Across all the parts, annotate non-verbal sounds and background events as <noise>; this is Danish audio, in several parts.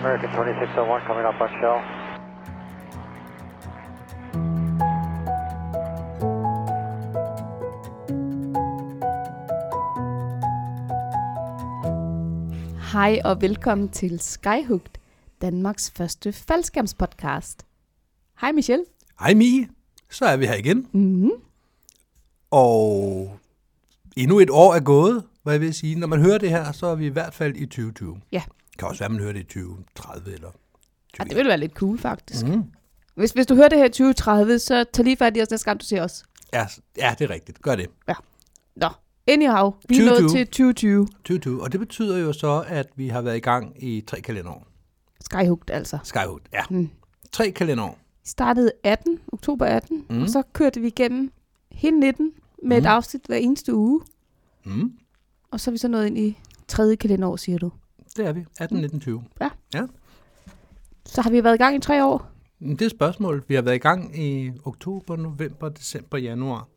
American 2601 coming up on shell. Hej og velkommen til Skyhooked, Danmarks første faldskærmspodcast. Hej Michelle. Hej Mie, så er vi her igen. Mm-hmm. Og endnu et år er gået, hvad jeg vil sige. Når man hører det her, så er vi i hvert fald i 2020. Ja, Det kan også være, man hører det i 2030 eller... og det ville være lidt cool faktisk. Mm. Hvis, hvis du hører det her i 2030, så tag lige fat i os næste gang, du ser os. Ja, s- ja, det er rigtigt. Gør det. Nå, anyhow, vi er 2020. nået til 2020. 2020. Og det betyder jo så, at vi har været i gang i tre kalenderår. Skyhooked altså. Skyhood, ja. Mm. Tre kalenderår. Vi startede 18, oktober 18, mm. og så kørte vi igennem hele 19 med mm. et afsnit hver eneste uge. Mm. Og så er vi så nået ind i tredje kalenderår, siger du. Det er vi. 18, 19, 20. Ja. ja. Så har vi været i gang i tre år. Men Mm, Det er spørgsmål. Vi har været i gang i oktober, november, december, januar.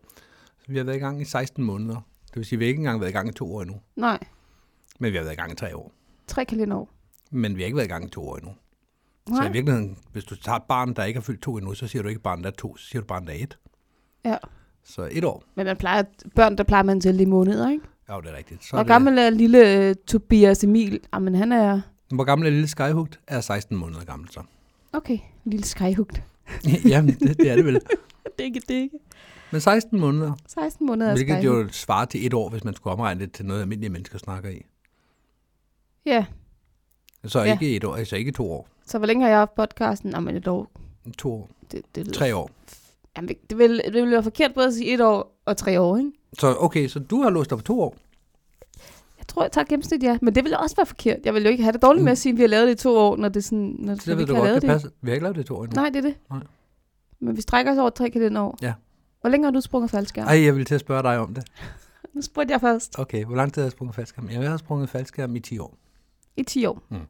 Så vi har været i gang i 16 måneder. Det vil sige, at vi har ikke engang været i gang i to år endnu. Nej, Men vi har været i gang i tre år. tre kalenderår. Men vi har ikke været i gang i to år endnu. Så i Nej. virkeligheden, hvis du tager et barn, der ikke har fyldt to endnu, så siger du ikke barn, der er to, så siger du barn, der er et. Ja. Så et år. Men man plejer, børn, der plejer man til i måneder, ikke? Ja, det er rigtigt. Så Hvor er det... gammel er lille uh, Tobias Emil? Jamen, han er... Det, hvor gammel er lille Skyhugt? Er 16 måneder gammel så. <laughs> Okay, lille skyhugt. Jamen, det, det, er det vel. <laughs> det er ikke, det er ikke. Men 16 måneder, 16 måneder er hvilket skyhugt. jo svarer til et år, hvis man skulle omregne det til noget, almindelige mennesker snakker i. Ja, Så Ja. ikke et år, altså ikke to år. så hvor længe har jeg haft podcasten? Jamen, et år. To år. Det, det, lyder- Tre år. Jamen, det ville, det ville være forkert både at sige et år og tre år, ikke? Så okay, så du har låst dig på to år. Jeg tror, jeg tager gennemsnit, ja. Men det ville også være forkert. Jeg ville jo ikke have det dårligt med at sige, at vi har lavet det i to år, når det er sådan, når, Så når det Altså, vi ved ikke du har godt, lavet det, det. passer. Vi har ikke lavet det i to år endnu. Nej, det er det. Nej. Men vi strækker os over tre kalenderår. Ja. Hvor længe har du sprunget faldskærm? Ej, jeg ville til at spørge dig om det. Nu spurgte jeg først. Okay, hvor lang tid har jeg sprunget faldskærm? Jamen, Jeg har sprunget faldskærm i 10 år. I 10 år. Mm. Mm.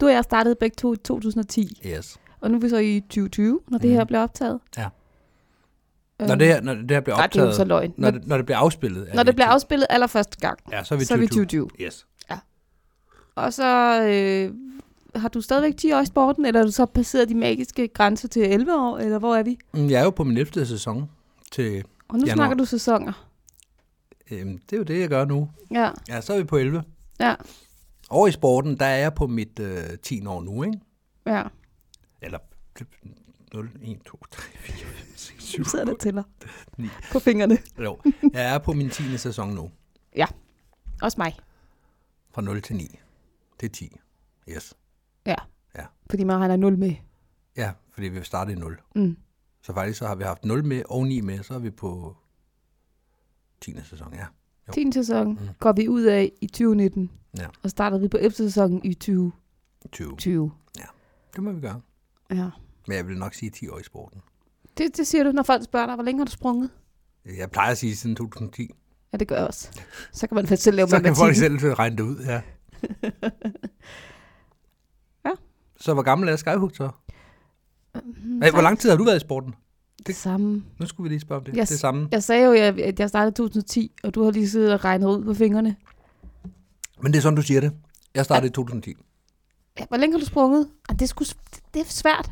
Du og jeg startede begge to i 2010, Yes. og nu er vi så i 2020, når det Mm. her bliver optaget. Ja. Øhm, Når det her, når det her bliver nej, det er jo optaget, så løgn. når, det, når det bliver afspillet. er Når vi det bliver i 20. afspillet allerførste gang, Ja, så er vi så er vi 2020. 2020. Yes. Og så øh, har du stadigvæk 10 år i sporten, eller har du så passeret de magiske grænser til 11 år, eller hvor er vi? Mm, Jeg er jo på min 11. sæson til... Og nu Januar. snakker du sæsoner. Øhm, det er jo det, jeg gør nu. Ja, Ja, så er vi på 11. ja, Og i sporten, der er jeg på mit øh, 10 år nu, ikke? ja. Eller 0, 1, 2, 3, 4, 5, 6, 7, Du sidder der og tæller <laughs> Ni. på fingrene. 8. Jo, jeg er på min 10. sæson nu. Også mig. Fra 0 til 9. Det er 10. Yes. Ja. Ja. Fordi man regner 0 med. Ja, fordi vi startede i 0. Mm. Så faktisk så har vi haft 0 med og 9 med, så er vi på 10. sæson, ja. Jo. 10. sæson mm. går vi ud af i 2019, Ja. og starter vi på 11. sæsonen i 2020. 20. Det må vi gøre. Ja. Men jeg vil nok sige 10 år i sporten. Det, det siger du, når folk spørger dig, hvor længe har du sprunget? Jeg plejer at sige siden 2010. Ja, det gør jeg også. Så kan man faktisk selv lave Så kan matematikken. <laughs> folk selv øh, regne det ud, ja. Ja. Så hvor gammel er Skyhook så? Hey, hvor lang tid har du været i sporten? Det samme. Nu skulle vi lige spørge om det. Yes. Det samme. Jeg sagde jo, at jeg- at jeg startede i 2010, og du har lige siddet og regnet ud på fingrene. Men det er sådan, du siger det. Jeg startede i 2010. Ja, hvor længe har du sprunget? Ah, det, er sgu, s- det er svært.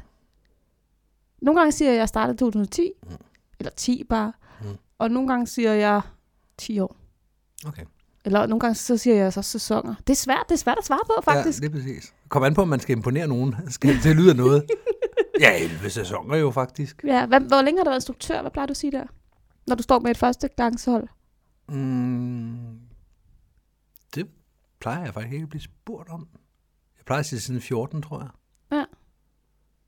Nogle gange siger jeg, at jeg startede i 2010, mm. eller 10 bare. Mm. Mm. Og nogle gange siger jeg 10 år. Okay. Eller nogle gange så siger jeg så sæsoner. Det er svært, det er svært at svare på, faktisk. Ja, det er præcis. Kom an på, om man skal imponere nogen. <laughs> Skal det til at lyde af noget? ja, 11 sæsoner jo faktisk. Ja. ja hvad, hvor længe har du været instruktør? Hvad plejer du at sige der? Når du står med et første gangshold? Mm, det plejer jeg faktisk ikke at blive spurgt om. Jeg plejer at sige siden 14, tror jeg. Ja.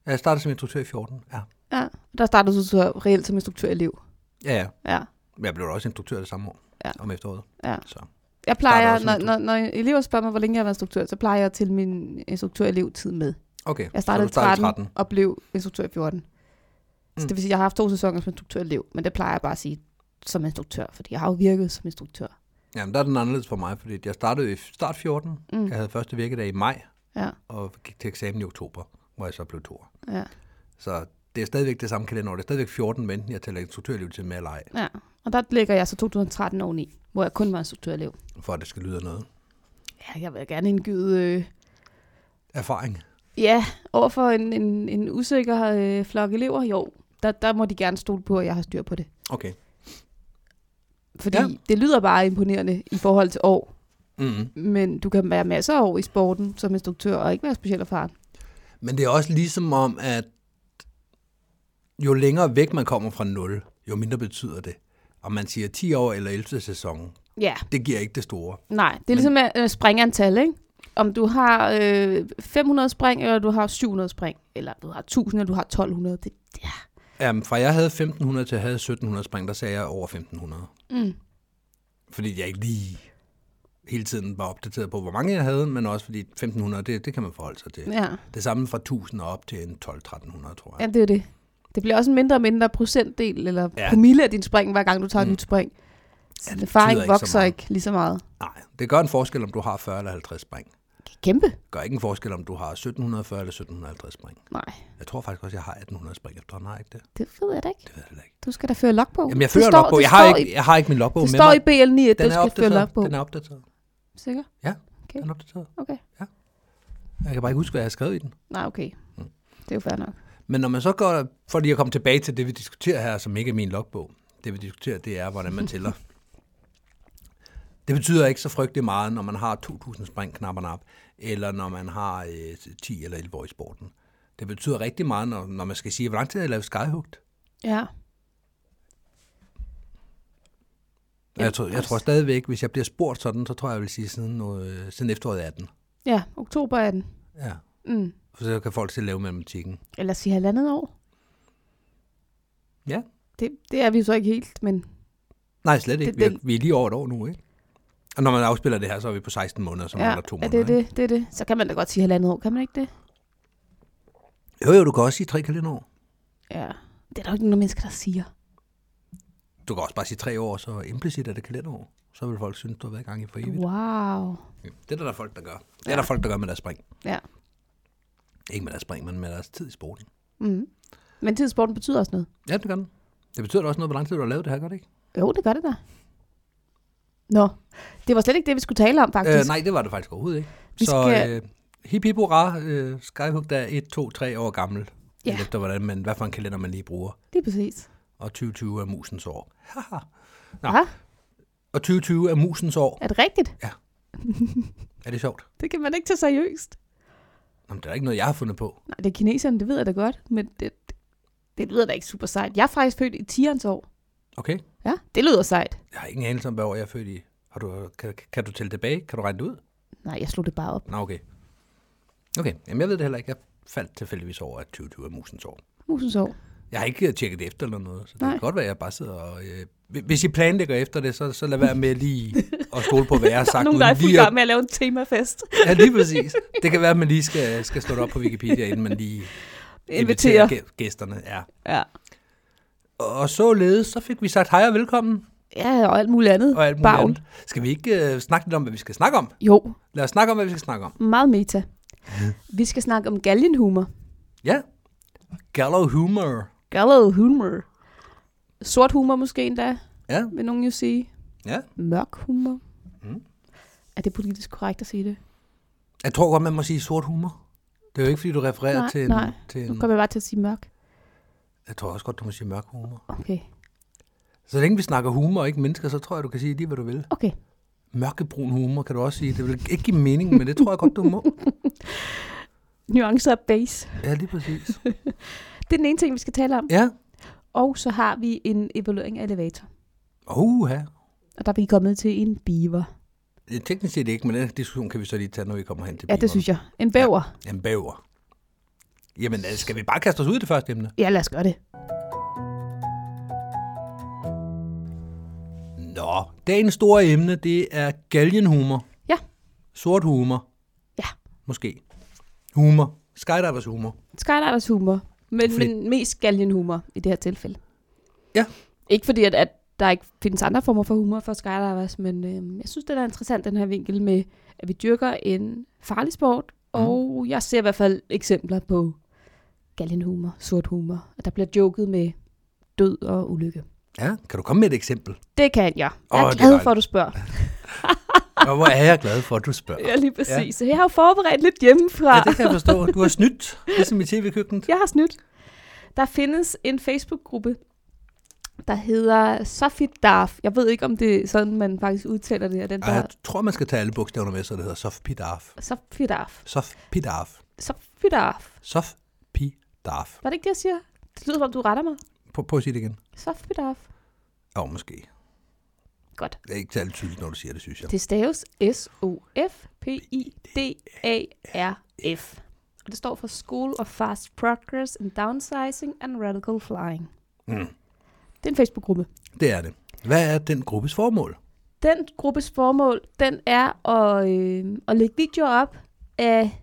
Ja, Jeg startede som instruktør i 14, ja. Ja, der startede du så reelt som instruktørelev. Ja, ja. Ja, Men Jeg blev da også instruktør det samme år, Ja. om efteråret. ja. Så. Jeg plejer, også når, som når, når elever spørger mig, hvor længe jeg har været instruktør, så plejer jeg til min instruktørelevtid med. Okay, Jeg startede, så du startede 13, 13 og blev instruktør i 14. Mm. Så Mm. det vil sige, at jeg har haft to sæsoner som instruktørelev, men det plejer jeg bare at sige som instruktør, fordi jeg har jo virket som instruktør. Jamen, der er den anderledes for mig, fordi jeg startede i start 14. Mm. Mm. Jeg havde første virkedag i maj, Ja, og gik til eksamen i oktober, hvor jeg så blev to. ja, Så det er stadigvæk det samme kalenderår. Det er stadigvæk 14, men enten jeg tæller instruktørlivet til med eller ej, ja. Og der lægger jeg så 2013 oveni, hvor jeg kun var instruktørelev. for at det skal lyde af noget. Ja, jeg vil gerne indgyde øh, Erfaring. Ja, overfor en, en, en usikker øh, flok elever, jo, der, der må de gerne stole på, at jeg har styr på det. Okay. Fordi Ja. ja. det lyder bare imponerende i forhold til år, Mm-hmm. men du kan være masser af år i sporten som instruktør og ikke være specielt erfaren. Men det er også ligesom om, at jo længere væk man kommer fra 0, jo mindre betyder det. Om man siger 10 år eller 11. sæson, Ja, det giver ikke det store. nej. Det er ligesom at øh, springantal, ikke? Om du har øh, 500 spring, eller du har 700 spring, eller du har 1000, eller du har 1200, det, Um, fra jeg havde 1500 til jeg havde 1700 spring, der sagde jeg over 1500. Mm. Fordi jeg ikke lige hele tiden var opdateret på, hvor mange jeg havde, men også fordi 1500, det, det kan man forholde sig til. ja. Det samme fra 1000 og op til en 12-1300, tror ja, jeg. det er jo det. Det bliver også en mindre og mindre procentdel, eller Ja. ja. promille af din spring, hver gang du tager mm. Mm. et nyt spring. Så ja, betyder erfaring ikke så vokser meget. ikke, ikke lige så meget. Nej, det gør en forskel, om du har 40 eller 50 spring. Det er kæmpe. Det gør ikke en forskel, om du har 1740 eller 1750 spring. Nej, Jeg tror faktisk også, jeg har 1800 spring efterhånden, har jeg ikke det? det ved jeg da ikke. Det ved jeg heller ikke. Du skal da føre logbog. Jamen, jeg Det fører står- logbog. det Jeg har, står ikke, jeg har ikke min logbog det med står mig. i BL9, at Den du skal er føre opdateret. logbog. Den er opdateret. Sikker? Den er opdateret. Okay. Jeg kan bare ikke huske, hvad jeg har skrevet i den. Nej, okay. Mm. Det er jo fair nok. Men når man så går, for lige at komme tilbage til det, vi diskuterer her, som ikke er min logbog, det vi diskuterer, det er, hvordan man <laughs> tæller. Det betyder ikke så frygtelig meget, når man har 2.000 spring knapperne op, eller når man har øh, 10 eller 11 år i sporten. Det betyder rigtig meget, når, når man skal sige, hvor lang tid har jeg lavet skyhugt? Ja. Og Jeg tror, jeg tror stadigvæk, hvis jeg bliver spurgt sådan, så tror jeg, jeg vil sige siden, noget, øh, siden efteråret 18. Ja, oktober er den. Ja. Mm. For så kan folk selv lave matematikken. Eller sige halvandet år. Ja. Det, det er vi jo så ikke helt, men Nej, slet ikke. Det- Vi er, den- vi er lige over et år nu, ikke? Og når man afspiller det her, så er vi på 16 måneder, som ja, ja, er to er måneder. det, ikke? det, det er det. Så kan man da godt sige halvandet år, kan man ikke det? Jo, jo, du kan også sige tre kalenderår. Ja. Det er der jo ikke nogen mennesker, der siger. Du kan også bare sige tre år, så implicit er det kalenderår. Så vil folk synes, du har været i gang i for evigt. Wow. Ja. Det er der, der er folk, der gør. Det er Ja. der folk, der gør med deres spring. Ja. Ikke med deres spring, men med deres tid i sporten. Mm. Men tidssporten betyder også noget. Ja, det gør den. Det betyder da også noget, hvor lang tid du har lavet det her, gør det ikke? Jo, det gør det da. Nå, det var slet ikke det, vi skulle tale om, faktisk. Øh, nej, det var det faktisk overhovedet ikke. Vi så skal- øh, hip hip hurra, øh, Skyhook der er 1, 2, 3 år gammel. Ja. Alt Efter hvordan man, hvad for en kalender man lige bruger. Lige præcis. Og 2020 er musens år. Haha. Ja. Nå. Aha, og 2020 er musens år. er det rigtigt? Er det sjovt? Det kan man ikke tage seriøst. Jamen, det er da ikke noget, jeg har fundet på. Nej, det er kineserne, det ved jeg da godt, men det, det, det lyder da ikke super sejt. Jeg er faktisk født i 10'ernes år. Okay? Ja, det lyder sejt. Jeg har ingen anelse om, hvad år jeg er født i. Har du, kan, kan du tælle tilbage? Kan du regne det ud? Nej, jeg slog det bare op. Nå, okay. Okay, jamen jeg ved det heller ikke. Jeg faldt tilfældigvis over, at 2020 er musens år. Musens år. Jeg har ikke øh, tjekket det efter eller noget, så det Nej. kan godt være, at jeg bare sidder og... Øh, hvi- hvis I planlægger efter det, så, så lad være med lige at stole på, hvad <laughs> jeg har Der er sagt. nogen, der er uden i fuld lige at- gang med at lave en temafest. <laughs> Ja, lige præcis. Det kan være, at man lige skal, skal slå det op på Wikipedia, inden man <laughs> lige inviterer, Inviterer. gæ- gæsterne. Ja. Ja. Og således, så fik vi sagt hej og velkommen, ja, og alt muligt andet. og alt muligt Bagl. andet. Skal vi ikke øh, snakke lidt om, hvad vi skal snakke om? Jo, Lad os snakke om, hvad vi skal snakke om. meget meta. Vi skal snakke om galgenhumor. Ja. Gallow humor. Gallow humor. Sort humor måske endda, Ja, vil nogen jo sige. ja. Mørk humor. Mm. Er det politisk korrekt at sige det? Jeg tror godt, man må sige sort humor. Det er jo ikke, fordi du refererer Nej, til en... nej. Til Nu en kommer jeg bare til at sige mørk. jeg tror også godt, du må sige mørk humor. Okay. Så længe vi snakker humor og ikke mennesker, så tror jeg, du kan sige lige, hvad du vil. Okay. Mørkebrun humor kan du også sige. Det vil ikke give mening, men det tror jeg godt, du <laughs> må. Nuancer og base. Ja, lige præcis. Det er den ene ting, vi skal tale om. Ja. Og så har vi en evaluering af elevator. Uha. Og der er vi kommet til en beaver. Ja, Teknisk set ikke, men den diskussion kan vi så lige tage, når vi kommer hen til Ja, det synes jeg. En bæver. jeg. En bæver. Jamen, altså, skal vi bare kaste os ud i det første emne? Ja, lad os gøre det. Nå, dagens store emne, det er galgenhumor. Ja. Sort humor. Ja. Måske. Humor. Skydivers humor. Skydivers humor. Men, Fordi- men mest galgenhumor i det her tilfælde. Ja. Ikke fordi, at, at der ikke findes andre former for humor for skydivers, men øh, jeg synes, det er interessant, den her vinkel med, at vi dyrker en farlig sport, Mhm. mm. og jeg ser i hvert fald eksempler på galgenhumor, sort humor, og der bliver joket med død og ulykke. Ja, kan du komme med et eksempel? Det kan jeg. Jeg Åh, er det er glad <laughs> dejligt. for, at du spørger. Og hvor er jeg glad for, at du spørger. Ja, lige præcis. Ja. Jeg har jo forberedt lidt hjemmefra. Ja, det kan jeg forstå. Du har snydt, ligesom i tv-køkkenet. Jeg har snydt. Der findes en Facebook-gruppe, der hedder Sofit Darf. Jeg ved ikke, om det er sådan, man faktisk udtaler det. og Den Ej, der jeg tror, man skal tage alle bogstaverne med, så det hedder Sofpidarf. Sofit Darf. Sofpidarf. Sofit Darf. Sofpidarf. Var det ikke det, jeg siger? Det lyder som, om, du retter mig. Prøv, prøv at sige det igen. Sofit Darf. Ja, måske. Godt. Det er ikke særlig tydeligt, når du siger det, synes jeg. Det staves S-O-F-P-I-D-A-R-F. Og det står for School of Fast Progress in Downsizing and Radical Flying. Mm. Det er en Facebook-gruppe. Det er det. Hvad er den gruppes formål? Den gruppes formål, den er at, øh, at lægge videoer op af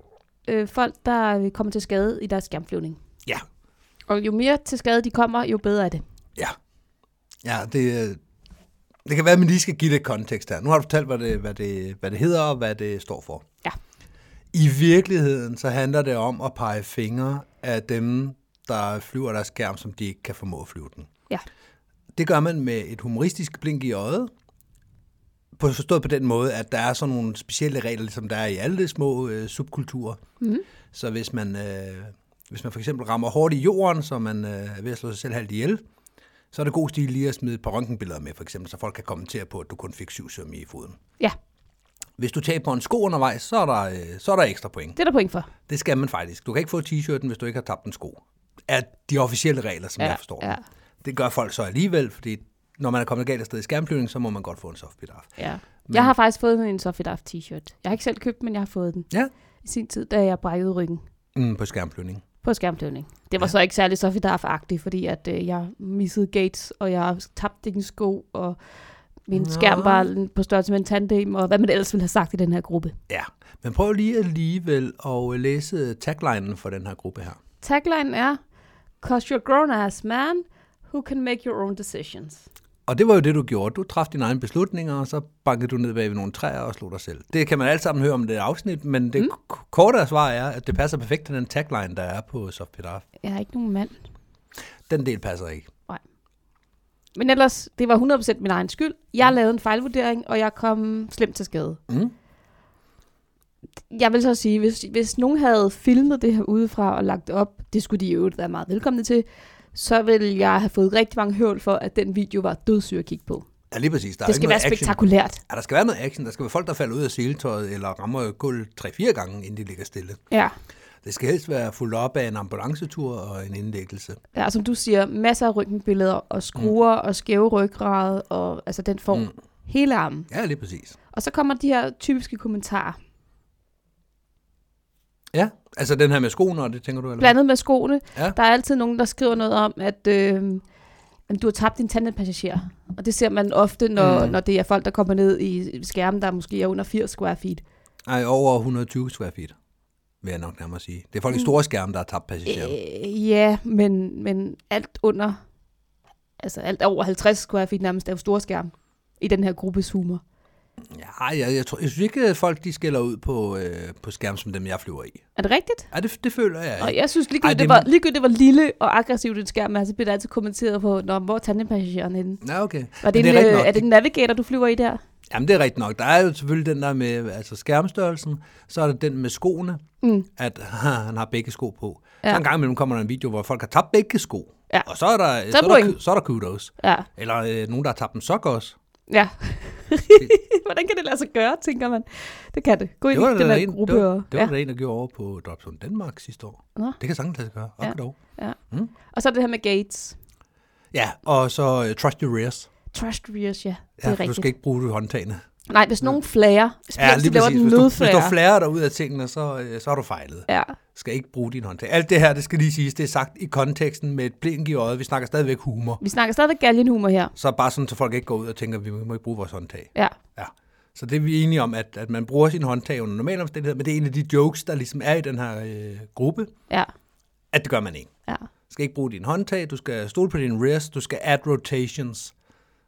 øh, folk, der øh, kommer til skade i deres skærmflyvning. Ja. Og jo mere til skade de kommer, jo bedre er det. Ja. Ja, det, øh, det kan være, at man lige skal give det kontekst her. Nu har du fortalt, hvad det, hvad det, hvad det hedder og hvad det står for. Ja. I virkeligheden så handler det om at pege fingre af dem, der flyver deres skærm, som de ikke kan formå at flyve den. Ja. Det gør man med et humoristisk blink i øjet, på, forstået på den måde, at der er sådan nogle specielle regler, ligesom der er i alle små øh, subkulturer. Mhm. Så hvis man, øh, hvis man for eksempel rammer hårdt i jorden, så man øh, er ved at slå sig selv halvt ihjel, så er det god stil lige at smide et par røntgenbilleder med, for eksempel, så folk kan kommentere på, at du kun fik syv søm i foden. Ja, Hvis du taber en sko undervejs, så er der, øh, så er der ekstra point. det er der point for. Det skal man faktisk. Du kan ikke få t-shirten, hvis du ikke har tabt en sko. Er de officielle regler, som Ja, jeg forstår. dem. ja. Det gør folk så alligevel, fordi når man er kommet galt afsted i skærmflyvning, så må man godt få en softbidaf. Ja. Jeg har faktisk fået en Sofie Daft t-shirt. Jeg har ikke selv købt den, men jeg har fået den. Ja. I sin tid, da jeg brækkede ryggen. Mm, på skærmflyvning. på skærmdøvning. Det var ja. så ikke særlig Sofie Darf-agtigt, fordi at, øh, jeg missede Gates, og jeg tabte ikke en sko, og min Nå. Nå. skærm var l- på størrelse med en tandem, og hvad man ellers ville have sagt i den her gruppe. Ja. Men prøv lige alligevel at læse taglinen for den her gruppe her. Tagline er, Cause you're a grown-ass man who can make your own decisions. Og det var jo det, du gjorde. Du traf dine egne beslutninger, og så bankede du ned bag ved nogle træer og slog dig selv. Det kan man alt sammen høre om det afsnit, men det mm. korte svar er, at det passer perfekt til den tagline, der er på Softbidaf. Jeg er ikke nogen mand. Den del passer ikke. Men ellers, det var 100% min egen skyld. Jeg lavede en fejlvurdering, og jeg kom slemt til skade. Mm. Jeg vil så sige, hvis, hvis nogen havde filmet det her udefra og lagt det op, det skulle de i øvrigt være meget velkomne til, så ville jeg have fået rigtig mange høvl for, at den video var dødsyg at kigge på. Der Ja, lige præcis. Der er det jo skal ikke være noget action. spektakulært. Ja, der skal være noget action. Der skal være folk, der falder ud af seletøjet eller rammer gulvet 3-4 gange, inden de ligger stille. Ja. Det skal helst være fuldt op af en ambulancetur og en indlæggelse. ja, som du siger, masser af ryggenbilleder og skruer mm. og skæve ryggrad og altså den form. Mm. Hele armen. Ja, lige præcis. Og så kommer de her typiske kommentarer. Mm. Ja, altså den her med skoene, og det tænker du? Eller? hvad? Blandet med skoene. Ja. Der er altid nogen, der skriver noget om, at øh, at du har tabt din tandempassager. Og det ser man ofte, når, Mm. mm. når det er folk, der kommer ned i skærmen, der måske er under 80 square feet. Ej, over 120 square feet, vil jeg nok nærmere sige. Det er folk i store skærme, der har tabt passagerer. Mm. Øh, ja, men, men alt under, altså alt over 50 square feet nærmest er jo store skærm i den her gruppes humor. Ja, jeg, jeg, tror, jeg synes ikke, at folk de skælder ud på, øh, på skærm, som dem, jeg flyver i. Er det rigtigt? Ja, det, det føler jeg Og ikke. jeg synes, ligegyldigt, Ej, det- det... Var, ligegyldigt det var lille og aggressivt en skærm, er, så bliver der altid kommenteret på, Nå, hvor er tandepassageren henne? Ja, okay. Var Men det, det rigtigt er, en, nok. øh, er det en navigator, du flyver i der? Jamen, det er rigtigt nok. Der er jo selvfølgelig den der med altså skærmstørrelsen, så er der den med skoene, Mm. at <laughs> han har begge sko på. Ja. Så Ja. en gang imellem kommer der en video, hvor folk har tabt begge sko. Ja. Og så er der, Så er så er der, point. så er der kudos. Ja, Eller øh, nogen, der har tabt en sok også. ja. <laughs> Hvordan kan det lade sig gøre, tænker man? Det kan det. Gå ind Det var i den der, her en, gruppe. det var, og, det var ja. der en, der gjorde over på Dropzone Danmark sidste år. Nå. Det kan sagtens lade sig gøre. Op Ja. ja. Dog. Mm. og så det her med Gates. ja, og så uh, Trust Your Rears. Trust rears, ja. Det er Ja, for rigtigt. du skal ikke bruge håndtagene. Nej, hvis nogen flager, Ja, hvis de laver den Hvis du, hvis du nødflager. flarer dig ud af tingene, så, øh, så har du fejlet. Ja, Skal ikke bruge din håndtag. Alt det her, det skal lige siges, det er sagt i konteksten med et blink i øjet. Vi snakker stadigvæk humor. vi snakker stadigvæk galgenhumor her. Så bare sådan, så folk ikke går ud og tænker, at vi må ikke bruge vores håndtag. Ja, Ja. Så det er vi enige om, at, at man bruger sin håndtag under normale omstændigheder, men det er en af de jokes, der ligesom er i den her øh, gruppe, ja, at det gør man ikke. ja. Du skal ikke bruge din håndtag, du skal stole på din rears, du skal add rotations.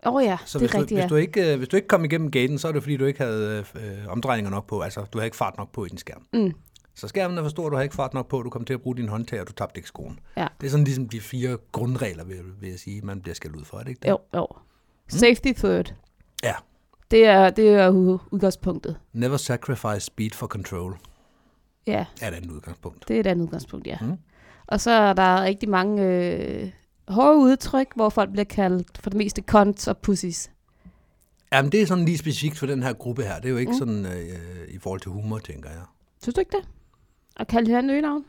Åh oh, ja, Så det hvis, er rigtigt, du, ja. hvis, du ikke, øh, hvis du ikke kom igennem gaten, så er det fordi, du ikke havde øh, øh, omdrejninger nok på, altså du havde ikke fart nok på i din skærm. Mm. Så skærmen er for stor, du har ikke fart nok på, du kom til at bruge din håndtag, og du tabte ikke skoen. Ja. Det er sådan ligesom de fire grundregler, vil, vil jeg sige, man bliver skældt ud for, er det ikke det? Jo, jo. Safety third. Mm. Ja. Det er, det er u- udgangspunktet. Never sacrifice speed for control. Ja, Er det et udgangspunkt? det er et andet udgangspunkt, ja. Mm. Mm. Og så er der rigtig mange øh, hårde udtryk, hvor folk bliver kaldt for det meste cons og pussies. Jamen, det er sådan lige specifikt for den her gruppe her. Det er jo ikke mm. Mm. sådan øh, i forhold til humor, tænker jeg. Synes du ikke det? Og kalde hinanden øgenavn?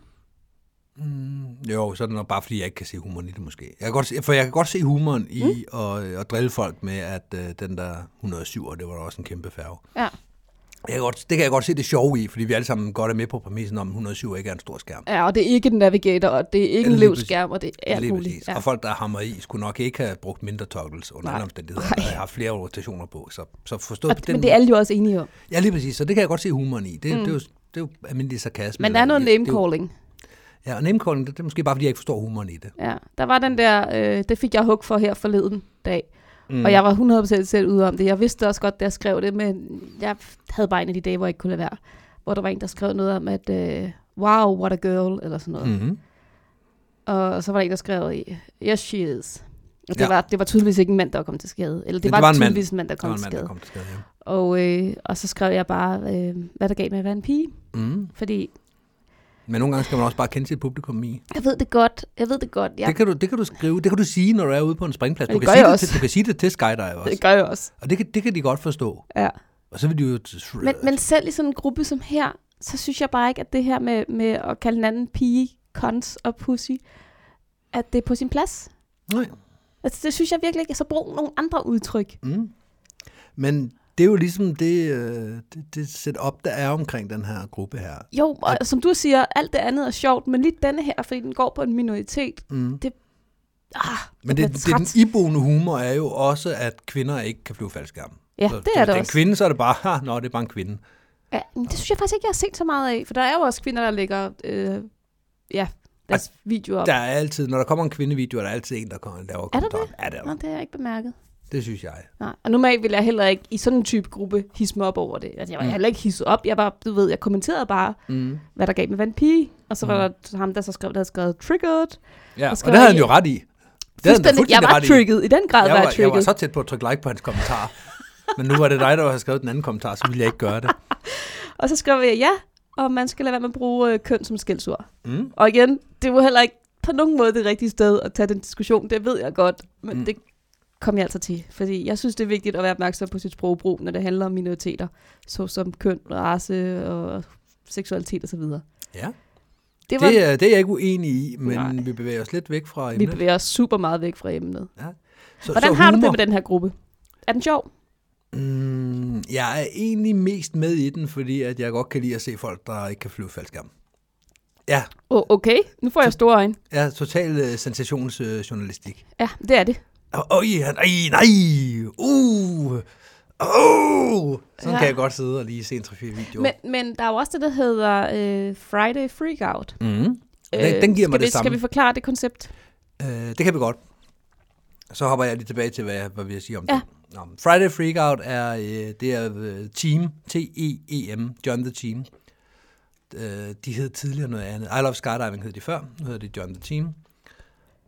Mm, jo, så er det nok bare, fordi jeg ikke kan se humoren i det måske. Jeg kan godt se, for jeg kan godt se humoren i mm. at, at drille folk med, at øh, den der 107, det var da også en kæmpe færge. Ja, Jeg kan godt, det kan jeg godt se det sjove i, fordi vi alle sammen godt er med på præmissen om, at 107 ikke er en stor skærm. ja og det er ikke en navigator, og det er ikke en Lige lev skærm, og det er alt Lige muligt. præcis. Ja. Og folk, der hammer i, skulle nok ikke have brugt mindre toggles under Nej. andre omstændigheder. Og jeg har flere rotationer på, så, så forstået Og, på den men det er alle jo også enige om. Ja, lige præcis. Så det kan jeg godt se humoren i. Det, mm. det, er, jo, det er jo almindelig sarkasme. Men der er noget Eller- det name er jo- calling. Ja, og name calling, det, det er måske bare, fordi jeg ikke forstår humoren i det. Ja, der var den der, øh, det fik jeg hug for her forleden dag. Mm. Og jeg var 100% selv ude om det. Jeg vidste også godt, da jeg skrev det, men jeg havde bare en af de dage, hvor jeg ikke kunne lade være. Hvor der var en, der skrev noget om, at øh, wow, what a girl, eller sådan noget. Mm. Mm-hmm. Og så var der en, der skrev, yes she is. Og det, Ja. ja. var, det var tydeligvis ikke en mand, der var kommet til skade. Eller det, Men det det var, var en mand. tydeligvis en mand, der Der kom var til en mand, der skade. kom til skade. Ja. Og, øh, og så skrev jeg bare, øh, hvad der gav med at være en pige. Mm. Fordi Men nogle gange skal man også bare kende sit publikum i. jeg ved det godt, jeg ved det godt. Ja. Jeg, Det, kan du, det kan du skrive, det kan du sige, når du er ude på en springplads. Og Du det kan, gør sige jeg det også. til, du kan sige det til skydiver også. det gør jeg også. Og det kan, det kan de godt forstå. Ja. Og så vil de jo... Men, men altså. selv i sådan en gruppe som her, så synes jeg bare ikke, at det her med, med at kalde en anden pige cons og pussy, at det er på sin plads. Nej. Altså, det synes jeg virkelig ikke. Så brug nogle andre udtryk. Mm. Men det er jo ligesom det, øh, det, det setup, der er omkring den her gruppe her. Jo, og Ja. som du siger, alt det andet er sjovt, men lige denne her, fordi den går på en minoritet. Mm. Det- Ah, jeg Men det, bliver det, den træt. iboende humor er jo også, at kvinder ikke kan flyve faldskærm. Ja, så, det er hvis det en også. kvinde, så er det bare, <laughs> ha, nå, det er bare en kvinde. ja, men det synes jeg faktisk ikke, jeg har set så meget af. For der er jo også kvinder, der lægger øh, ja, deres videoer op. Altså, Der er altid, når der kommer en kvindevideo, er der altid en, der kommer og laver der det? kommentaren. Ja, det er Nå, der. det har jeg ikke bemærket. Det synes jeg. Nej. Og normalt ville jeg heller ikke i sådan en type gruppe hisse mig op over det. Altså, jeg var Mm. heller ikke hisset op. Jeg var, du ved, jeg kommenterede bare, Mm. hvad der gav med en pige. Og så Mm. var der ham, der så skrev, der havde skrevet triggered. Ja, og skal det havde jeg- han jo ret i. Det havde han da Fuldstændig, jeg fuldstændig var ret i. trigget. I den grad Jeg var var, jeg jeg var trigget. så tæt på at trykke like på hans kommentar. <laughs> Men nu var det dig, der havde skrevet den anden kommentar, så ville jeg ikke gøre det. Og så skrev jeg ja, og man skal lade være med at bruge øh, køn som skældsord. Mm. Og igen, det var heller ikke på nogen måde det rigtige sted at tage den diskussion. Det ved jeg godt, men Mm. mm. det kom jeg altså til. Fordi jeg synes, det er vigtigt at være opmærksom på sit sprogbrug, når det handler om minoriteter, såsom køn, race og seksualitet osv. Ja, Det var, det, er, det er jeg ikke uenig i, men Nej. Nej. vi bevæger os lidt væk fra vi emnet. bevæger os super meget væk fra emnet. så, Hvordan så har du humor- det med den her gruppe? Er den sjov? Mm, jeg er egentlig mest med i den, fordi at jeg godt kan lide at se folk, der ikke kan flyve faldskærm. Ja, Oh, okay, nu får jeg store øjne. ja total øh, sensationsjournalistik. Ja, det er det. Øj, nej, nej, uh, oh. Sådan ja. Ja. kan jeg godt sidde og lige se en 3-4 video. Men, men der er jo også det, der hedder øh, Friday Freakout. Øh, mm. Den- den giver mig skal det vi, samme. Skal vi forklare det koncept? Øh, det kan vi godt. Så hopper jeg lige tilbage til, hvad jeg, hvad jeg sige om Ja. det. Nå, men Friday Freakout er, øh, det er øh, Team, T-E-E-M, John the Team. Øh, de hed tidligere noget andet. I Love Skydiving hed de før, nu hedder de John the Team.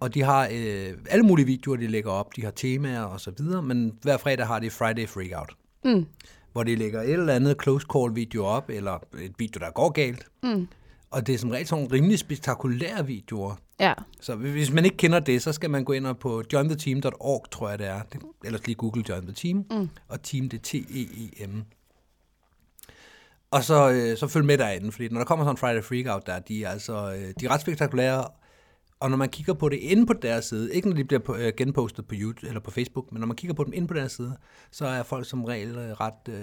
Og de har øh, alle mulige videoer, de lægger op. De har temaer og så videre, men hver fredag har de Friday Freakout. Mm. Hvor de lægger et eller andet close call video op, eller et video, der går galt. Mm. Og det er som regel sådan nogle rimelig spektakulære videoer, Ja, så hvis man ikke kender det, så skal man gå ind og på jointheteam.org, tror jeg det er. Det- Ellers lige google Join the Team. Mm. Og team, det er T-E-E-M. Og så, øh, så følg med derinde, fordi når der kommer sådan en Friday Freakout, der, de er, altså, øh, de er ret spektakulære. Og når man kigger på det inde på deres side, ikke når de bliver på, øh, genpostet på YouTube eller på Facebook, men når man kigger på dem inde på deres side, så er folk som regel øh, ret, øh,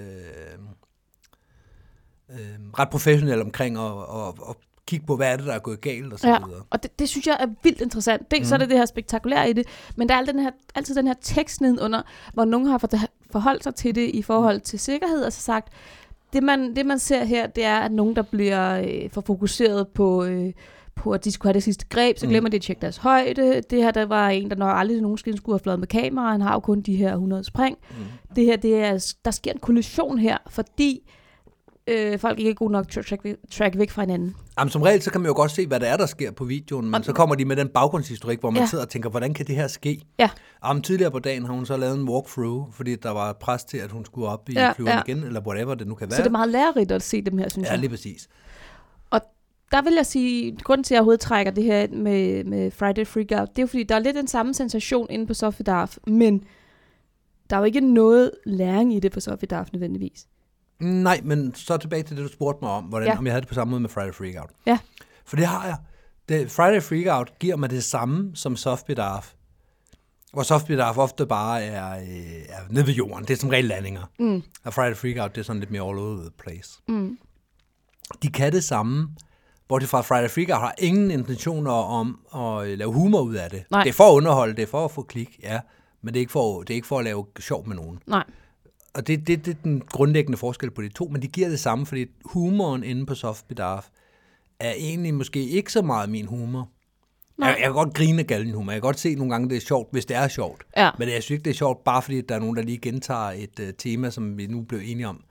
øh, ret professionelle omkring at, at, at kigge på, hvad er det, der er gået galt og så ja. videre. og det, det synes jeg er vildt interessant. Dels mm. er det det her spektakulære i det, men der er al den her, altid den her tekst nedenunder, hvor nogen har forta- forholdt sig til det i forhold til sikkerhed, og så sagt, det man, det man ser her, det er, at nogen, der bliver øh, for fokuseret på, øh, på, at de skulle have det sidste greb, så Mm. glemmer de at tjekke deres højde. Det her, der var en, der nok aldrig nogensinde skulle have fløjet med kamera, han har jo kun de her 100 spring. Mm. det her, det er, der sker en kollision her, fordi øh, folk ikke er gode nok til at track, væk- track væk fra hinanden. Jamen, som regel, så kan man jo godt se, hvad der er, der sker på videoen, men så kommer de med den baggrundshistorik, hvor man Ja. ja. sidder og tænker, hvordan kan det her ske? Ja. Jamen, tidligere på dagen har hun så lavet en walkthrough, fordi der var pres til, at hun skulle op i Ja, ja, flyveren ja. ja. igen, eller whatever det nu kan være. Så det er meget lærerigt at se dem her, synes Ja, jeg. lige præcis. Og der vil jeg sige, grunden til, at jeg overhovedet trækker det her ind med, med Friday Freak Out, det er jo fordi, der er lidt den samme sensation inde på Sofidarf, men der er jo ikke noget læring i det på Sofidarf nødvendigvis. Nej, men så tilbage til det, du spurgte mig om, hvordan, Ja. ja. om jeg havde det på samme måde med Friday Freakout. Ja. For det har jeg. Det, Friday Freakout giver mig det samme som Softbedarf. Hvor Softbedarf ofte bare er, øh, er nede ved jorden. Det er som regel landinger. Mm. Og Friday Freakout, det er sådan lidt mere all over the place. Mm. De kan det samme, hvor de fra Friday Freakout har ingen intentioner om at øh, lave humor ud af det. Nej. Det er for at underholde, det er for at få klik, ja. Men det er ikke for, det er ikke for at lave sjov med nogen. Nej. Og det, det, det er den grundlæggende forskel på de to, men de giver det samme, fordi humoren inde på Soft Bedarf er egentlig måske ikke så meget min humor. Nej. Jeg, jeg kan godt grine af galgen humor. Jeg kan godt se nogle gange, det er sjovt, hvis det er sjovt. Ja. Men jeg synes ikke, det er sjovt, bare fordi der er nogen, der lige gentager et uh, tema, som vi nu blev enige om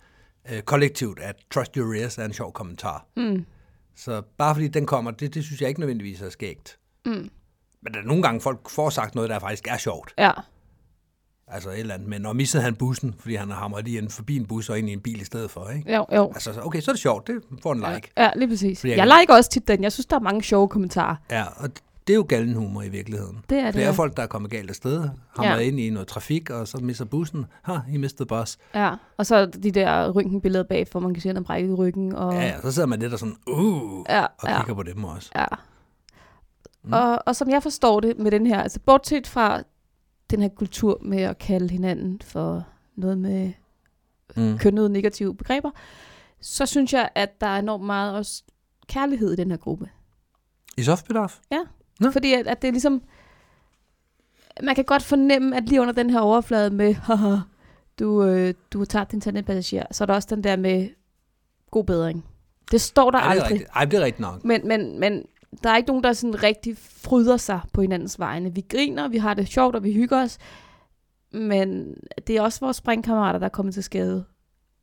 uh, kollektivt, at Trust Your Ears er en sjov kommentar. Mm. Så bare fordi den kommer, det, det synes jeg ikke nødvendigvis er skægt. Mm. Men der er nogle gange, folk får sagt noget, der faktisk er sjovt. Ja. Altså et eller andet. Men når missede han bussen, fordi han har hamret lige ind forbi en bus og ind i en bil i stedet for, ikke? Jo, jo. Altså, så- okay, så er det sjovt. Det får en like. Ja, lige præcis. Fordi jeg jeg kan- liker også tit den. Jeg synes, der er mange sjove kommentarer. Ja, og det er jo galgenhumor i virkeligheden. Det er det, Flere ja. folk, der er kommet galt af sted, hamret Ja. ja. ind i noget trafik, og så misser bussen. Ha, I mistede bus. Ja. Og så de der røntgenbilleder bag, hvor man kan se, at han har brækket ryggen. Og... Ja, ja, så sidder man lidt og sådan, uh, Ja, og ja. kigger på dem også. Ja. Mm. Og, og som jeg forstår det med den her, altså bortset fra den her kultur med at kalde hinanden for noget med mm. Mm. kønnede negative begreber, så synes jeg, at der er enormt meget også kærlighed i den her gruppe. I softbedarf? Ja. Ja. Fordi at, at det er ligesom, man kan godt fornemme, at lige under den her overflade med, haha, du, øh, du har tabt din tandpassager, så er der også den der med god bedring. Det står der Ej, det er aldrig. rigtigt. Ej, det er rigtigt nok. Men, men, men der er ikke nogen, der sådan rigtig fryder sig på hinandens vegne. Vi griner, vi har det sjovt, og vi hygger os. Men det er også vores springkammerater, der er kommet til skade.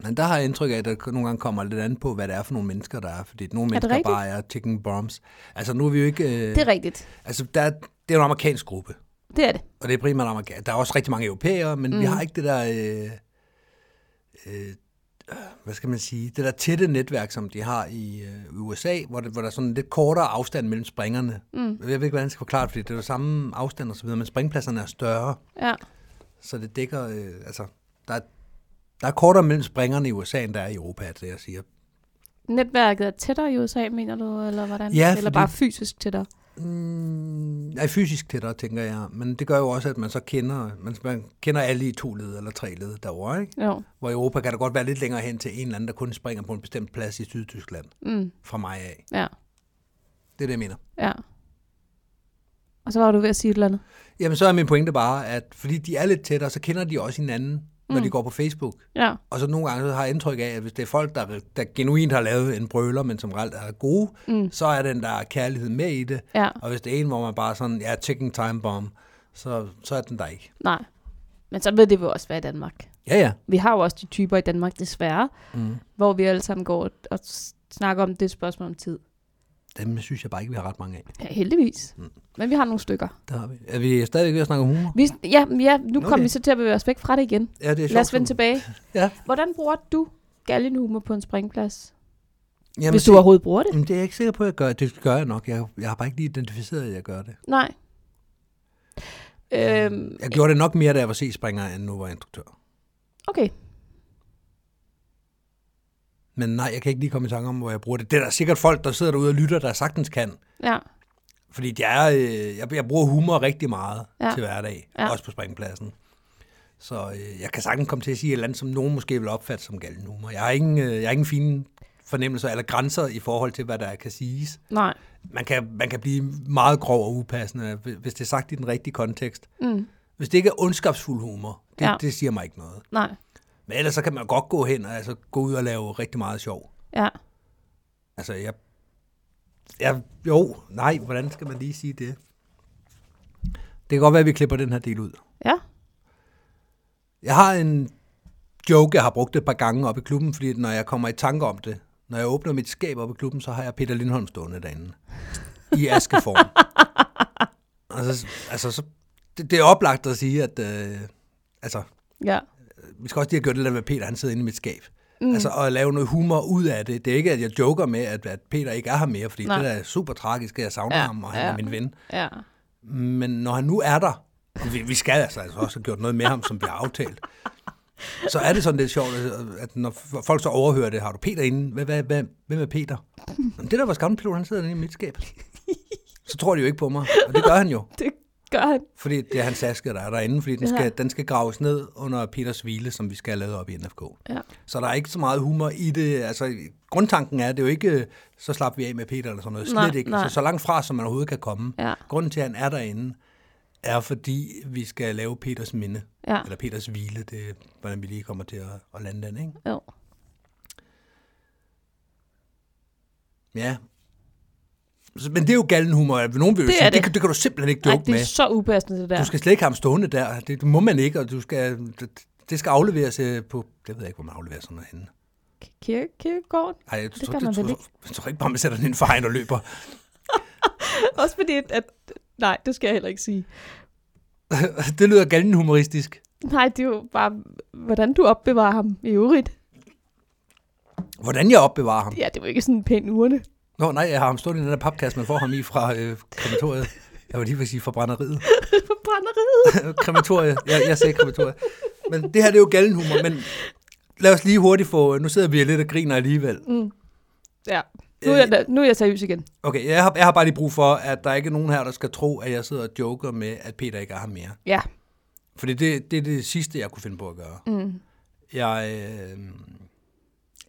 Men der har jeg indtryk af, at der nogle gange kommer lidt an på, hvad det er for nogle mennesker, der er. Fordi nogle mennesker rigtigt? bare er ticking bombs. Altså, nu er vi jo ikke... Øh, Det er rigtigt. altså, der, er- det er en amerikansk gruppe. Det er det. Og det er primært amerikanere. Der er også rigtig mange europæere, men mm. vi har ikke det der, øh, øh, hvad skal man sige, det der tætte netværk, som de har i øh, USA, hvor, det, hvor der er sådan lidt kortere afstand mellem springerne. Mm. Jeg ved ikke, hvordan jeg skal forklare det, fordi det er jo samme afstand og så videre, men springpladserne er større, Ja. så det dækker, øh, altså, der er, der er kortere mellem springerne i USA, end der er i Europa, er det jeg siger. Netværket er tættere i USA, mener du, eller hvordan? Ja, eller fordi- bare fysisk tættere. Mm, nej, fysisk tættere, tænker jeg, men det gør jo også, at man så kender, man, man kender alle i to led eller tre led derovre, ikke? Jo. Hvor i Europa kan der godt være lidt længere hen til en eller anden, der kun springer på en bestemt plads i Sydtyskland. Mm. Fra mig af. Ja. Det er det, jeg mener. Ja. Og så var du ved at sige et eller andet. Jamen, så er min pointe bare, at fordi de er lidt tættere, så kender de også hinanden, når Mm. de går på Facebook. Ja. Og så nogle gange så har jeg indtryk af, at hvis det er folk, der, der genuint har lavet en brøler, men som reelt er gode, mm. så er den der kærlighed med i det. Ja. Og hvis det er en, hvor man bare sådan, ja, ticking time bomb, så, så er den der ikke. Nej. Men så ved det jo også være i Danmark. Ja, ja. vi har jo også de typer i Danmark, desværre, mm. hvor vi alle sammen går og s- snakker om det spørgsmål om tid. Dem synes jeg bare ikke, vi har ret mange af. Ja, heldigvis. Mm. Men vi har nogle stykker. Der har vi. Er vi stadigvæk ved at snakke om humor? Vi, ja, ja, nu okay. Okay. kommer vi så til at bevæge os væk fra det igen. Ja, det er sjovt. Lad os vende som- tilbage. <laughs> Ja. Hvordan bruger du galgenhumor på en springplads? Jamen, Hvis du overhovedet bruger det? Jamen, det er jeg ikke sikker på, at jeg gør. Det gør jeg nok. Jeg, jeg har bare ikke lige identificeret, at jeg gør det. Nej. Øhm, Jeg gjorde det nok mere, da jeg var C-springer, end nu var instruktør. okay. Men nej, jeg kan ikke lige komme i tanke om, hvor jeg bruger det. Det er der sikkert folk, der sidder derude og lytter, der sagtens kan. Ja. Fordi de er, øh, jeg, jeg bruger humor rigtig meget Ja. ja. til hverdag. Ja. Ja. Også på springpladsen. Så øh, jeg kan sagtens komme til at sige et eller andet, som nogen måske vil opfatte som galen humor. Jeg har ingen, øh, jeg har ingen fine fornemmelser eller grænser i forhold til, hvad der kan siges. Nej. man kan, man kan blive meget grov og upassende, hvis det er sagt i den rigtige kontekst. Mm. Hvis det ikke er ondskabsfuld humor, det, Ja. ja. det siger mig ikke noget. Nej. Men ellers så kan man godt gå hen og altså, gå ud og lave rigtig meget sjov. Ja. Altså, jeg, jeg... Jo, nej, hvordan skal man lige sige det? Det kan godt være, at vi klipper den her del ud. Ja. Jeg har en joke, jeg har brugt det et par gange op i klubben, fordi når jeg kommer i tanke om det, når jeg åbner mit skab op i klubben, så har jeg Peter Lindholm stående derinde. I askeform. altså, altså så, det, det er oplagt at sige, at øh, altså, Ja. vi skal også lige have gjort det der med Peter, han sidder inde i mit skab. Mm. Altså at lave noget humor ud af det. Det er ikke, at jeg joker med, at, at Peter ikke er her mere, fordi Nej. Nej. det der er super tragisk, at jeg savner Ja, ja. ham, og han ja. ja. er min ven. Ja. Men når han nu er der, og vi, vi skal altså, altså også have gjort noget med ham, som vi har aftalt, så er det sådan lidt sjovt, at- at når f- folk så overhører det, har du Peter inde? Hvad, hvad, hvad, hvem er Peter? Jamen, det der var skammelpilot, han sidder inde i mit skab. Så tror de jo ikke på mig, og det gør han jo. Det gør han. Fordi det er hans aske, der er derinde, fordi den skal, den skal graves ned under Peters hvile, som vi skal have lavet op i NFK. Ja. Så der er ikke så meget humor i det. Altså, grundtanken er, at det er jo ikke, øh, så slap vi af med Peter eller sådan noget. Slet Nej, ikke. nej. Så, så langt fra, som man overhovedet kan komme. Ja. Grunden til, at han er derinde, er fordi, vi skal lave Peters minde. Ja. Eller Peters hvile, det er, hvordan vi lige kommer til at, at lande den, ikke? Jo. Ja. Så- Men det er jo galden humor. Nogen vil jo Det sige, er det. det. kan- det kan du simpelthen ikke Ej, joke det med. er så upassende, det der. Du skal slet ikke have ham stående der. Det, det må man ikke, og du skal, det, det skal afleveres øh, på... Det ved jeg ikke, hvor man afleverer sådan noget henne. Kirke, kirkegården. Ej, jeg Det tror, gør det, man det, vel tror, jeg tror ikke bare, man sætter den ind for hegn og løber. <laughs> Også fordi, at, at... Nej, det skal jeg heller ikke sige. <laughs> det lyder galden humoristisk. Nej, det er jo bare, hvordan du opbevarer ham i øvrigt. Hvordan jeg opbevarer ham? Ja, det var ikke sådan en pæn urne. <laughs> Nå nej, jeg har ham stående i den der papkasse, man får ham i fra øh, krematoriet. Jeg var lige ved at sige fra brænderiet. <laughs> På brænderiet. krematoriet. Jeg, jeg sagde krematoriet. Men det her, det er jo galden humor, men lad os lige hurtigt få... Nu sidder vi lidt og griner alligevel. Ja, nu er, jeg, nu er jeg seriøs igen. Okay, jeg har, jeg har bare lige brug for, at der ikke er nogen her, der skal tro, at jeg sidder og joker med, at Peter ikke er her mere. Ja, Fordi det, det er det sidste, jeg kunne finde på at gøre. Mm. Jeg, øh,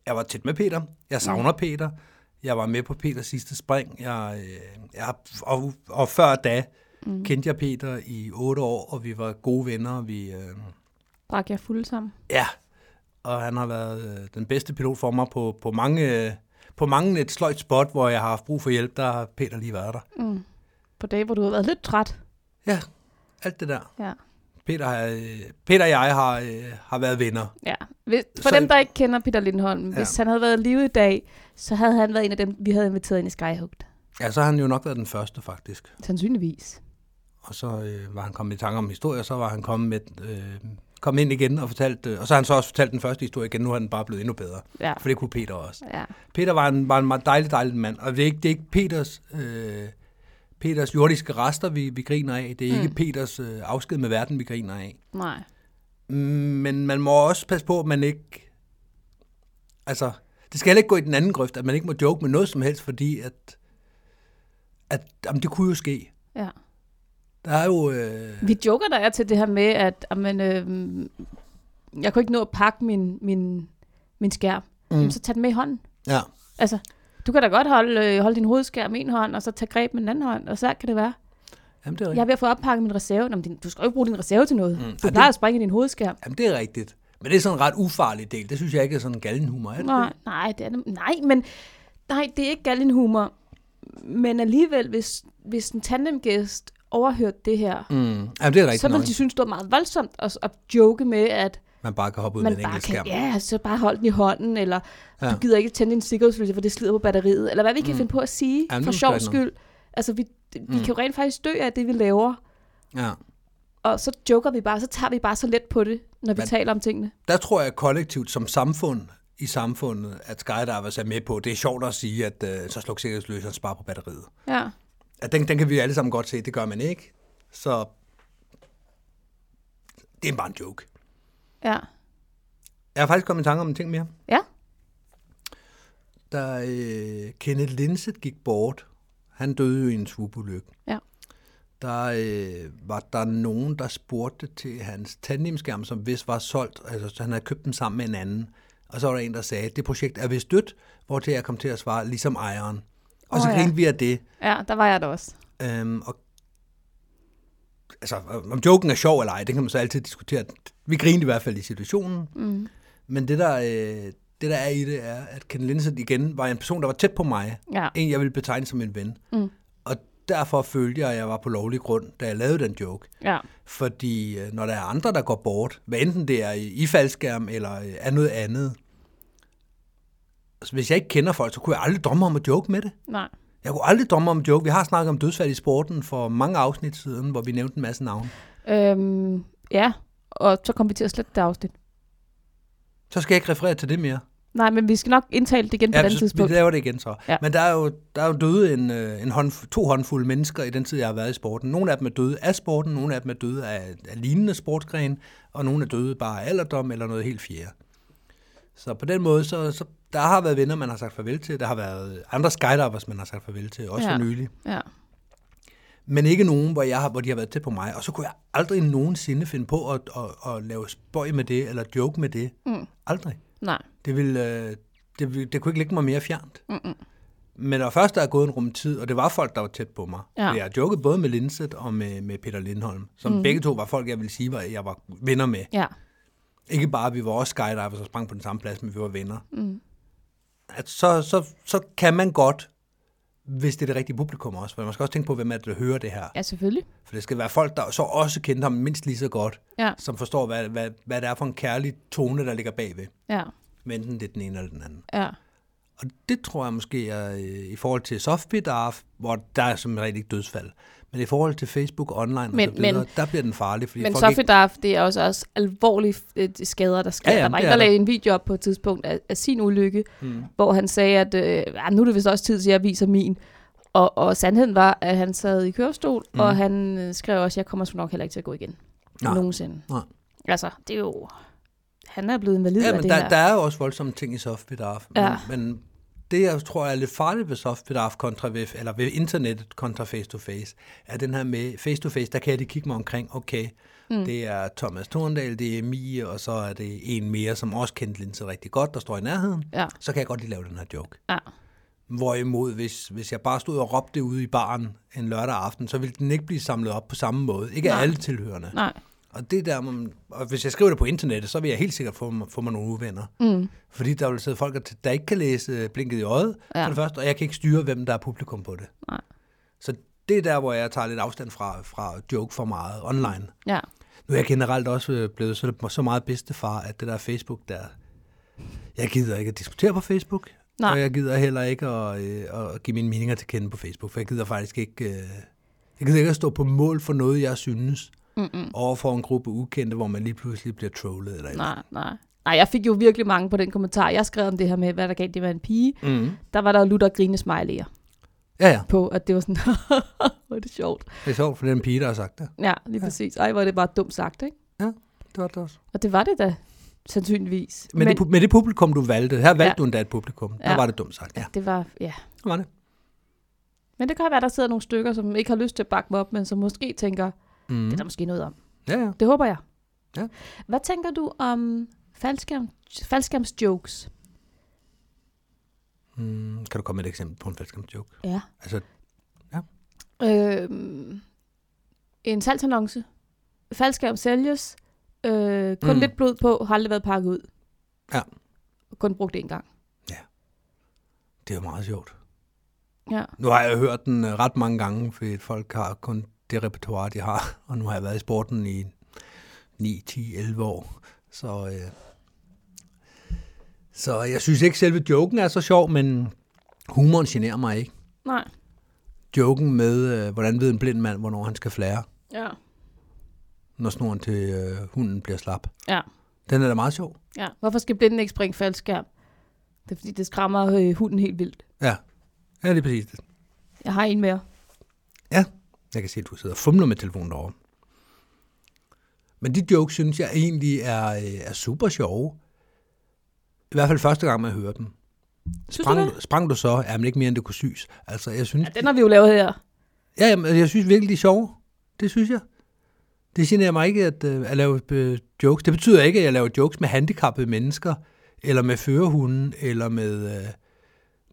jeg var tæt med Peter. Jeg savner mm. Peter. Jeg var med på Peters sidste spring. Jeg, øh, jeg, og, og før da mm. kendte jeg Peter i otte år, og vi var gode venner. og Vi, øh, drak jeg fuld sammen. ja, og han har været øh, den bedste pilot for mig på, på mange... Øh, på mange et sløjt spot, hvor jeg har haft brug for hjælp, der har Peter lige været der. Mm. På dage, hvor du har været lidt træt. Ja, alt det der. Ja. Peter, har, øh, Peter og jeg har, øh, har været venner. Ja, hvis, for Så- dem, der ikke kender Peter Lindholm, ja. hvis han havde været i live i dag, så havde han været en af dem, vi havde inviteret ind i Skyhugt. Ja, så har han jo nok været den første, faktisk. Sandsynligvis. Og så øh, var han kommet i tanke om historie, og så var han kommet med, øh, kom ind igen og fortalt, øh, og så har han så også fortalt den første historie igen, nu er den bare blevet endnu bedre. Ja. For det kunne Peter også. Ja, Peter var en, var en meget dejlig, dejlig mand, og det er ikke, det er ikke Peters, øh, Peters jordiske rester, vi, vi griner af. Det er mm. ikke Peters øh, afsked med verden, vi griner af. nej. Mm, Men man må også passe på, at man ikke... Altså, det skal heller ikke gå i den anden grøft, at man ikke må joke med noget som helst, fordi at... at jamen, det kunne jo ske. Ja. Der er jo... Øh, Vi joker der er til det her med, at amen, øh, jeg kunne ikke nå at pakke min, min, min skærm. Mm. Jamen, så tag den med i hånden. ja. Altså, du kan da godt holde, øh, holde din hovedskærm i en hånd, og så tage greb med den anden hånd, og så kan det være. Jamen, det er rigtigt. Jeg er ved at få oppakket min reserve. Nå, men din- du skal jo ikke bruge din reserve til noget. Mm. Du Ej, plejer det- at springe i din hovedskærm. Jamen, det er rigtigt. Men det er sådan en ret ufarlig del. Det synes jeg ikke er sådan en galgenhumor. Er det? Nej, nej, det er det. Nej, men nej, det er ikke galgenhumor. Men alligevel, hvis, hvis en tandemgæst overhørte det her, Mm. Jamen, det er så rigtigt nok. ville de synes, det var meget voldsomt at, at joke med, at Man bare kan hoppe ud man med en bare enkelt kan, skærm. ja, så bare hold den i hånden, eller ja. Ja. du gider ikke tænde din sikkerhedsløse, for det slider på batteriet, eller hvad vi kan mm. finde på at sige, Ja, ja, men for det er sjov måske rigtigt nok. skyld. Altså, vi, vi mm. kan jo rent faktisk dø af det, vi laver, ja. og så joker vi bare, så tager vi bare så let på det, når vi Men- taler om tingene. Der tror jeg kollektivt som samfund i samfundet, at skydivers er med på. Det er sjovt at sige, at øh, så sluk sikkerhedsløseren spar på batteriet. Ja, at den, den kan vi alle sammen godt se, det gør man ikke. Så det er bare en joke. ja, Jeg har faktisk kommet i tanke om en ting mere. ja. Da øh, Kenneth Linset gik bort, han døde jo i en svubulykke. Ja. Der øh, var der nogen, der spurgte til hans tandemskærm, som vist var solgt. Altså, så han havde købt den sammen med en anden. Og så var der en, der sagde, det projekt er vist dødt, hvor til jeg kom til at svare, ligesom ejeren. Og så Åh, ja. grinte vi af det. Ja, der var jeg der også. Øhm, og, altså, om joken er sjov eller ej, det kan man så altid diskutere. Vi grinede i hvert fald i situationen. Mm. Men det der, øh, det der er i det, er, at Ken Linsen igen var en person, der var tæt på mig. Ja. En, jeg ville betegne som en ven. Mm. Og derfor følte jeg, at jeg var på lovlig grund, da jeg lavede den joke. Ja. Fordi øh, når der er andre, der går bort, hvad enten det er i, i faldskærm eller øh, er noget andet, så hvis jeg ikke kender folk, så kunne jeg aldrig drømme om at joke med det. Nej. Jeg kunne aldrig drømme om at joke. Vi har snakket om dødsfald i sporten for mange afsnit siden, hvor vi nævnte en masse navne. Øhm, ja, og så kom vi til at slette det afsnit. Så skal jeg ikke referere til det mere. Nej, men vi skal nok indtale det igen på ja, et andet så, vi tidspunkt. laver det igen så. Ja. Ja. Men der er jo, der er jo døde en, øh, en hånd, to håndfulde mennesker i den tid, jeg har været i sporten. Nogle af dem er døde af sporten, nogle af dem er døde af, af lignende sportsgren, og nogle er døde bare af alderdom eller noget helt fjerde. Så på den måde, så, så der har været venner, man har sagt farvel til. Der har været andre skydivers, man har sagt farvel til, også Ja. ja. for nylig. Ja. Men ikke nogen, hvor, jeg har, hvor de har været tæt på mig. Og så kunne jeg aldrig nogensinde finde på at, at, at lave spøj med det, eller joke med det. Mm. Aldrig. Nej. Det, ville, øh, det, ville, det kunne ikke ligge mig mere fjernt. Mm-mm. Men når først der er gået en rum tid, og det var folk, der var tæt på mig. Ja. for Jeg har joket både med Linset og med, med Peter Lindholm, som mm. begge to var folk, jeg ville sige, at jeg var venner med. Ja. Ikke bare, at vi var også skydivers og sprang på den samme plads, men vi var venner. Mm. At så, så, så kan man godt, hvis det er det rigtige publikum også. For man skal også tænke på, hvem er det, der hører det her. Ja, selvfølgelig. For det skal være folk, der så også kender ham mindst lige så godt, Ja. som forstår, hvad, hvad, hvad det er for en kærlig tone, der ligger bagved. Ja. Men enten det er den ene eller den anden. Ja. Og det tror jeg måske er øh, i forhold til Softbit og ARF, hvor der er som regel ikke dødsfald. Men i forhold til Facebook online Men- og så videre, men- der bliver den farlig. Fordi Men folk ikke, Sofidarf, det er også, også alvorlige øh, skader, der sker. Ja, ja, der var det en, der er der. Hmm. lagde en video op på et tidspunkt af, af sin ulykke, mm. hvor han sagde, at øh, "Ah, nu er det vist også tid til, at jeg viser min. Og, og sandheden var, at han sad i kørestol, mm. og han øh, skrev også, at jeg kommer sgu nok heller ikke til at gå igen. Nej. Hmm. Nej. Nogensinde. Nej. Altså, det er jo... Han er blevet invalid ja, af men det der, her. der er jo også voldsomme ting i Softbit og ARF. Men, Ja. men det, jeg tror er lidt farligt ved Softbit og ARF kontra ved, eller ved internettet kontra face-to-face, er den her med face-to-face, der kan jeg lige kigge mig omkring, okay, mm. det er Thomas Thorndal, det er Mie, og så er det en mere, som også kendte Linse rigtig godt, der står i nærheden. Ja. Så kan jeg godt lige lave den her joke. Ja. Hvorimod, hvis, hvis jeg bare stod og råbte det ude i baren en lørdag aften, så ville den ikke blive samlet op på samme måde. Ikke Nej. af alle tilhørende. Nej. Og, det er der, man, og hvis jeg skriver det på internettet, så vil jeg helt sikkert få, mig- få mig nogle uvenner. Mm. Fordi der vil sidde folk, der- der ikke kan læse øh, blinket i øjet, Ja. ja. for det første, og jeg kan ikke styre, hvem der er publikum på det. Nej. Så det er der, hvor jeg tager lidt afstand fra, fra joke for meget online. Ja. Nu er jeg generelt også øh, blevet så, så meget bedstefar, at det der Facebook, der... Jeg gider ikke at diskutere på Facebook, Nej. og jeg gider heller ikke at, øh, at give mine meninger til kende på Facebook, for jeg gider faktisk ikke... Øh, jeg gider ikke at stå på mål for noget, jeg synes, Mm-mm. over for en gruppe ukendte, hvor man lige pludselig bliver trollet. Eller et eller Nej, nej. Nej, jeg fik jo virkelig mange på den kommentar. Jeg skrev om det her med, hvad der galt, det var en pige. andet. Mm. Der var der jo lutter og grine smiley'er Ja, ja. på, at det var sådan, <laughs> hvor er det sjovt. Det er sjovt for den pige, der har sagt det. Ja, lige ja. præcis. Ej, hvor er det bare dumt sagt, ikke? Det var det også. Og det var det da, sandsynligvis. Men, men, det, pu- med det publikum, du valgte, her valgte Ja. ja. du endda et publikum. Der Ja. var det dumt sagt. Ja, det var, ja. det var det. Men det kan være, der sidder nogle stykker, som ikke har lyst til at bakke mig op, men som måske tænker, mm. Mm. det er der måske noget om. Ja, ja. Det håber jeg. Ja. Hvad tænker du om faldskærm, faldskærmsjokes? Mm. Kan du komme med et eksempel på en falsk joke? Ja. Altså, Øhm, en salgsannonce. Faldskærm sælges. Øh, kun mm. Mm. lidt blod på. Har aldrig været pakket ud. Ja. Kun brugt det en gang. det er jo meget sjovt. Ja. Nu har jeg hørt den øh, ret mange gange, fordi folk har kun det repertoire, de har. <laughs> Og nu har jeg været i sporten i 9, 10, 11 år. Så, øh, så jeg synes ikke, selve joken er så sjov, men humoren generer mig ikke. Nej. Joken med, øh, hvordan ved en blind mand, hvornår han skal flære, Ja. når snoren til øh, hunden bliver slap. Ja. Den er da meget sjov. ja. Hvorfor skal blinden ikke springe faldskærm? Det er fordi, det skræmmer øh, hunden helt vildt. Ja, ja det er præcis det. Jeg har en mere. Ja, jeg kan se, at du sidder og fumler med telefonen derovre. Men de jokes, synes jeg egentlig er, øh, er super sjove. I hvert fald første gang, man hører dem. Synes du Sprang, det? sprang du så, er man ikke mere, end det kunne syes. Altså, jeg synes, Ja, den har vi jo lavet her. ja, jamen, jeg synes virkelig, de er sjove. Det synes jeg. Det generer mig ikke at, øh, at lave øh, jokes. Det betyder ikke, at jeg laver jokes med handicappede mennesker, eller med førerhunden, eller med, øh,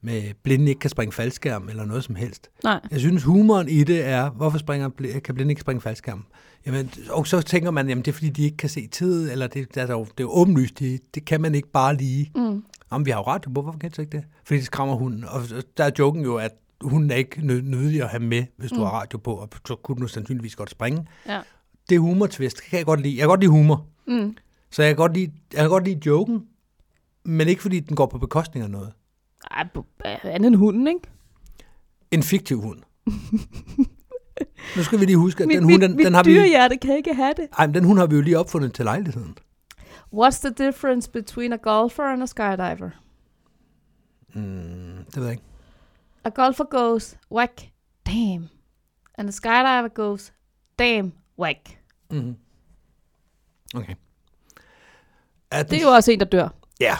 med blinde ikke kan springe faldskærm, eller noget som helst. Nej. Jeg synes, humoren i det er, hvorfor springer, bl- kan blinde ikke springe faldskærm? Jamen, og så tænker man, jamen det er fordi, de ikke kan se tid, eller det, der er jo, det er jo åbenlyst, det, det kan man ikke bare lige. Mm. Jamen, vi har jo radio på, hvorfor kan de så ikke det? Fordi det skræmmer hunden. Og så- der er joken jo, at hun er ikke nø- nødig at have med, hvis du mm. har radio på, og så kunne du sandsynligvis godt springe. Ja. Det er humortvist, kan jeg godt lide. Jeg kan godt lide humor, Mm. så jeg kan godt lide, jeg kan godt lide joken, men ikke fordi den går på bekostning af noget. Ej, bu- andet end hunden, ikke? En <laughs> fiktiv hund. nu skal vi lige huske, at Mit, den hund, mit, den, mit den, har vi, dyrehjerte kan ikke have det. ej, men den hund har vi jo lige opfundet til lejligheden. What's the difference between a golfer and a skydiver? Mm, det ved jeg ikke. A golfer goes, whack, damn. And a skydiver goes, damn, whack. Mm-hmm. Okay. Er den, Det er jo også en, der dør. Ja.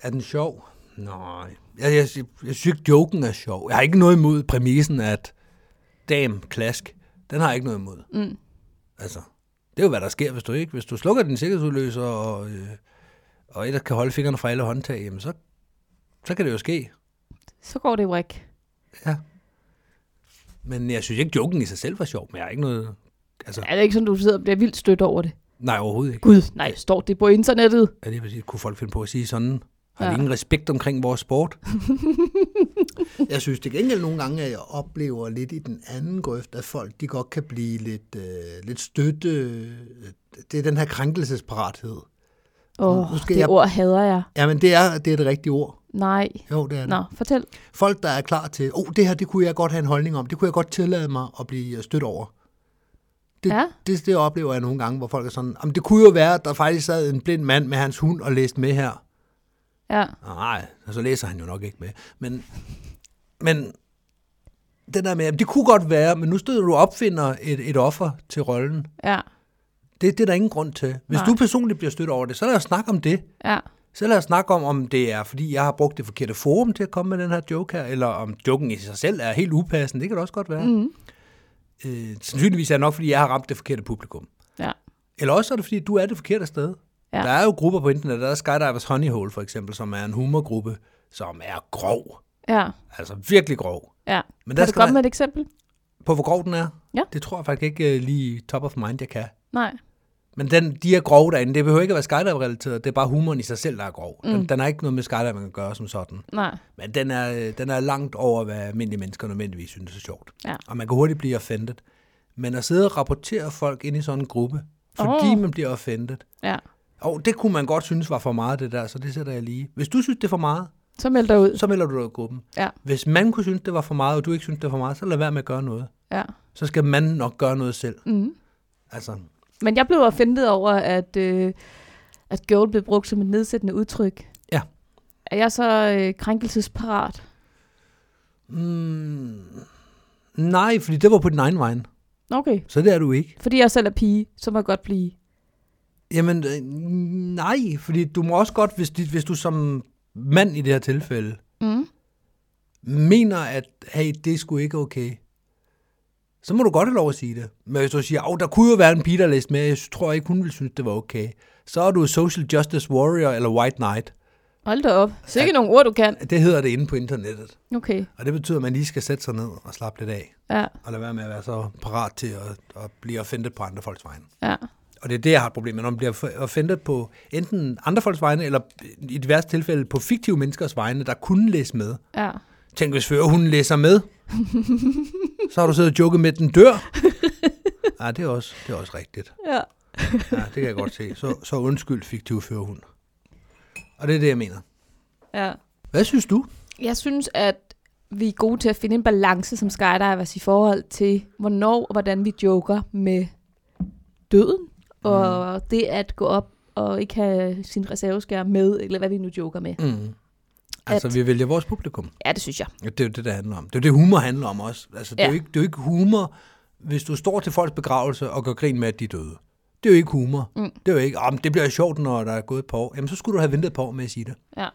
Er den sjov? Nej. Jeg, jeg, jeg, jeg synes ikke, joken er sjov. Jeg har ikke noget imod præmissen, at dam, klask, den har jeg ikke noget imod. Mm. Altså, det er jo, hvad der sker, hvis du ikke. Hvis du slukker din sikkerhedsudløser, og, øh, og ellers kan holde fingrene fra alle håndtag, jamen så, så kan det jo ske. Så går det whack. Ja. Men jeg synes ikke, joken i sig selv var sjov, men jeg har ikke noget... Altså, Er det ikke sådan, du sidder og bliver vildt stødt over det? nej, overhovedet ikke. Gud, nej, står det på internettet? Ja, det er præcis. Kunne folk finde på at sige sådan? Har ja. Ja. ingen respekt omkring vores <laughs> sport? Jeg synes til gengæld nogle gange, at jeg oplever lidt i den anden grøft, at folk de godt kan blive lidt, øh, lidt støtte. øh, Det er den her krænkelsesparathed. Åh, Nu oh, skal det jeg- jeg... ord hader jeg. Jamen, det er det, er det rigtige ord. Nej. Jo, det er det. Nå, fortæl. Folk, der er klar til, oh, det her, det kunne jeg godt have en holdning om. Det kunne jeg godt tillade mig at blive øh, stødt over. Det, Ja. det, det oplever jeg nogle gange, hvor folk er sådan, jamen, det kunne jo være, at der faktisk sad en blind mand med hans hund og læste med her. Ja. Nej, så læser han jo nok ikke med. Men, men det der med, at det kunne godt være, men nu støder du og opfinder et, et offer til rollen. Ja. Det, det er der ingen grund til. Hvis Nej. du personligt bliver stødt over det, så lad os snakke om det. Ja. Så lad os snakke om, om det er, fordi jeg har brugt det forkerte forum til at komme med den her joke her, eller om joken i sig selv er helt upassende. Det kan det også godt være. Mm. Øh, sandsynligvis er det nok, fordi jeg har ramt det forkerte publikum. Ja. Eller også er det, fordi du er det forkerte sted. Ja. Ja. Der er jo grupper på internet. Der er Skydivers Honey Hole, for eksempel, som er en humorgruppe, som er grov. Ja. Altså virkelig grov. Ja. Men Men kan der du skal komme man, med et eksempel? på, hvor grov den er, Ja. det tror jeg faktisk ikke øh, lige top of mind, jeg kan. Nej. Men den, de er grove derinde. Det behøver ikke at være skydive-relateret. Det er bare humoren i sig selv, der er grov. Mm. Den, den har ikke noget med skydiving at gøre som sådan. Nej. Men den er, øh, den er langt over, hvad almindelige mennesker nødvendigvis synes er sjovt. Ja. Og man kan hurtigt blive offended. Men at sidde og rapportere folk ind i sådan en gruppe, fordi Åh. man bliver offended. Ja. Og det kunne man godt synes var for meget, det der, så det sætter jeg lige. Hvis du synes, det er for meget, Så meld dig ud. så melder du dig i gruppen. Ja. Hvis man kunne synes, det var for meget, og du ikke synes, det var for meget, så lad være med at gøre noget. Ja. Så skal man nok gøre noget selv. Mm. Altså, Men jeg blev offentet over, at, øh, at girl blev brugt som et nedsættende udtryk. Ja. Er jeg så øh, krænkelsesparat? mm, nej, fordi det var på din egen vej, Okay. så det er du ikke. Fordi jeg selv er pige, så må jeg godt blive. Jamen, øh, nej, fordi du må også godt, hvis, dit, hvis du som mand i det her tilfælde, Mm. mener, at hey, det er sgu ikke okay, så må du godt have lov at sige det. Men hvis du siger, at der kunne jo være en pige, der læste med, jeg tror ikke, hun ville synes, det var okay, så er du social justice warrior eller white knight. Hold da op. Sikke nogle ord, du kan. Det hedder det inde på internettet. Okay. Og det betyder, at man lige skal sætte sig ned og slappe lidt af. Ja, Og lade være med at være så parat til at, at blive offended på andre folks vegne. ja, Og det er det, jeg har et problem med, når man bliver offended på enten andre folks vegne, eller i det værste tilfælde på fiktive menneskers vegne, der kunne læse med. ja. Tænk, hvis før hun læser med, så har du siddet og joket med, at den dør. <laughs> Ja, det er også, det er også rigtigt. Ja. Ja, det kan jeg godt se. Så, så undskyld fiktiv førerhund. Og det er det, jeg mener. ja. Hvad synes du? Jeg synes, at vi er gode til at finde en balance som skydivers i forhold til, hvornår og hvordan vi joker med døden, og det at gå op og ikke have sin reserveskær med, eller hvad vi nu joker med. Mm. Altså, vi vælger vores publikum. Ja, det synes jeg. Ja, Det er jo det, det handler om. Det er jo det, humor handler om også. Altså, det, er jo Ja. ikke, det er jo ikke humor, hvis du står til folks begravelse og gør grin med, at de er døde. Det er jo ikke humor. Mm. Det er jo ikke, om det bliver sjovt, når der er gået et par år. Jamen, så skulle du have ventet et par år med at sige det. Ja.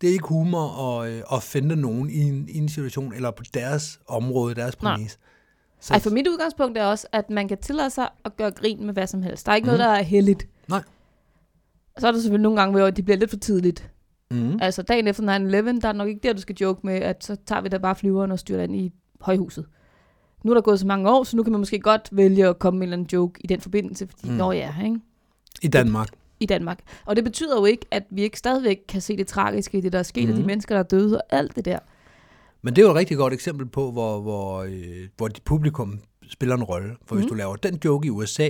Det er ikke humor at, øh, at finde nogen i en, i en situation, eller på deres område, deres Nej. præmis. Så, Ej, for mit udgangspunkt er også, at man kan tillade sig at gøre grin med hvad som helst. Der er ikke mm. noget, der er heldigt. Nej. Og så er der selvfølgelig nogle gange, hvor det bliver lidt for tidligt. mm, Altså dagen efter 9-11, der er nok ikke der, du skal joke med, at så tager vi da bare flyveren og styrer ind i højhuset. Nu er der gået så mange år, så nu kan man måske godt vælge at komme med en eller anden joke i den forbindelse, fordi mm. Mm. når jeg er ikke? I Danmark. i Danmark. Og det betyder jo ikke, at vi ikke stadigvæk kan se det tragiske i det, der er sket, mm. og de Mhm. mennesker, der er døde og alt det der. Men det er jo et rigtig godt eksempel på, hvor, hvor, øh, hvor dit publikum spiller en rolle. For mm. hvis du laver den joke i USA,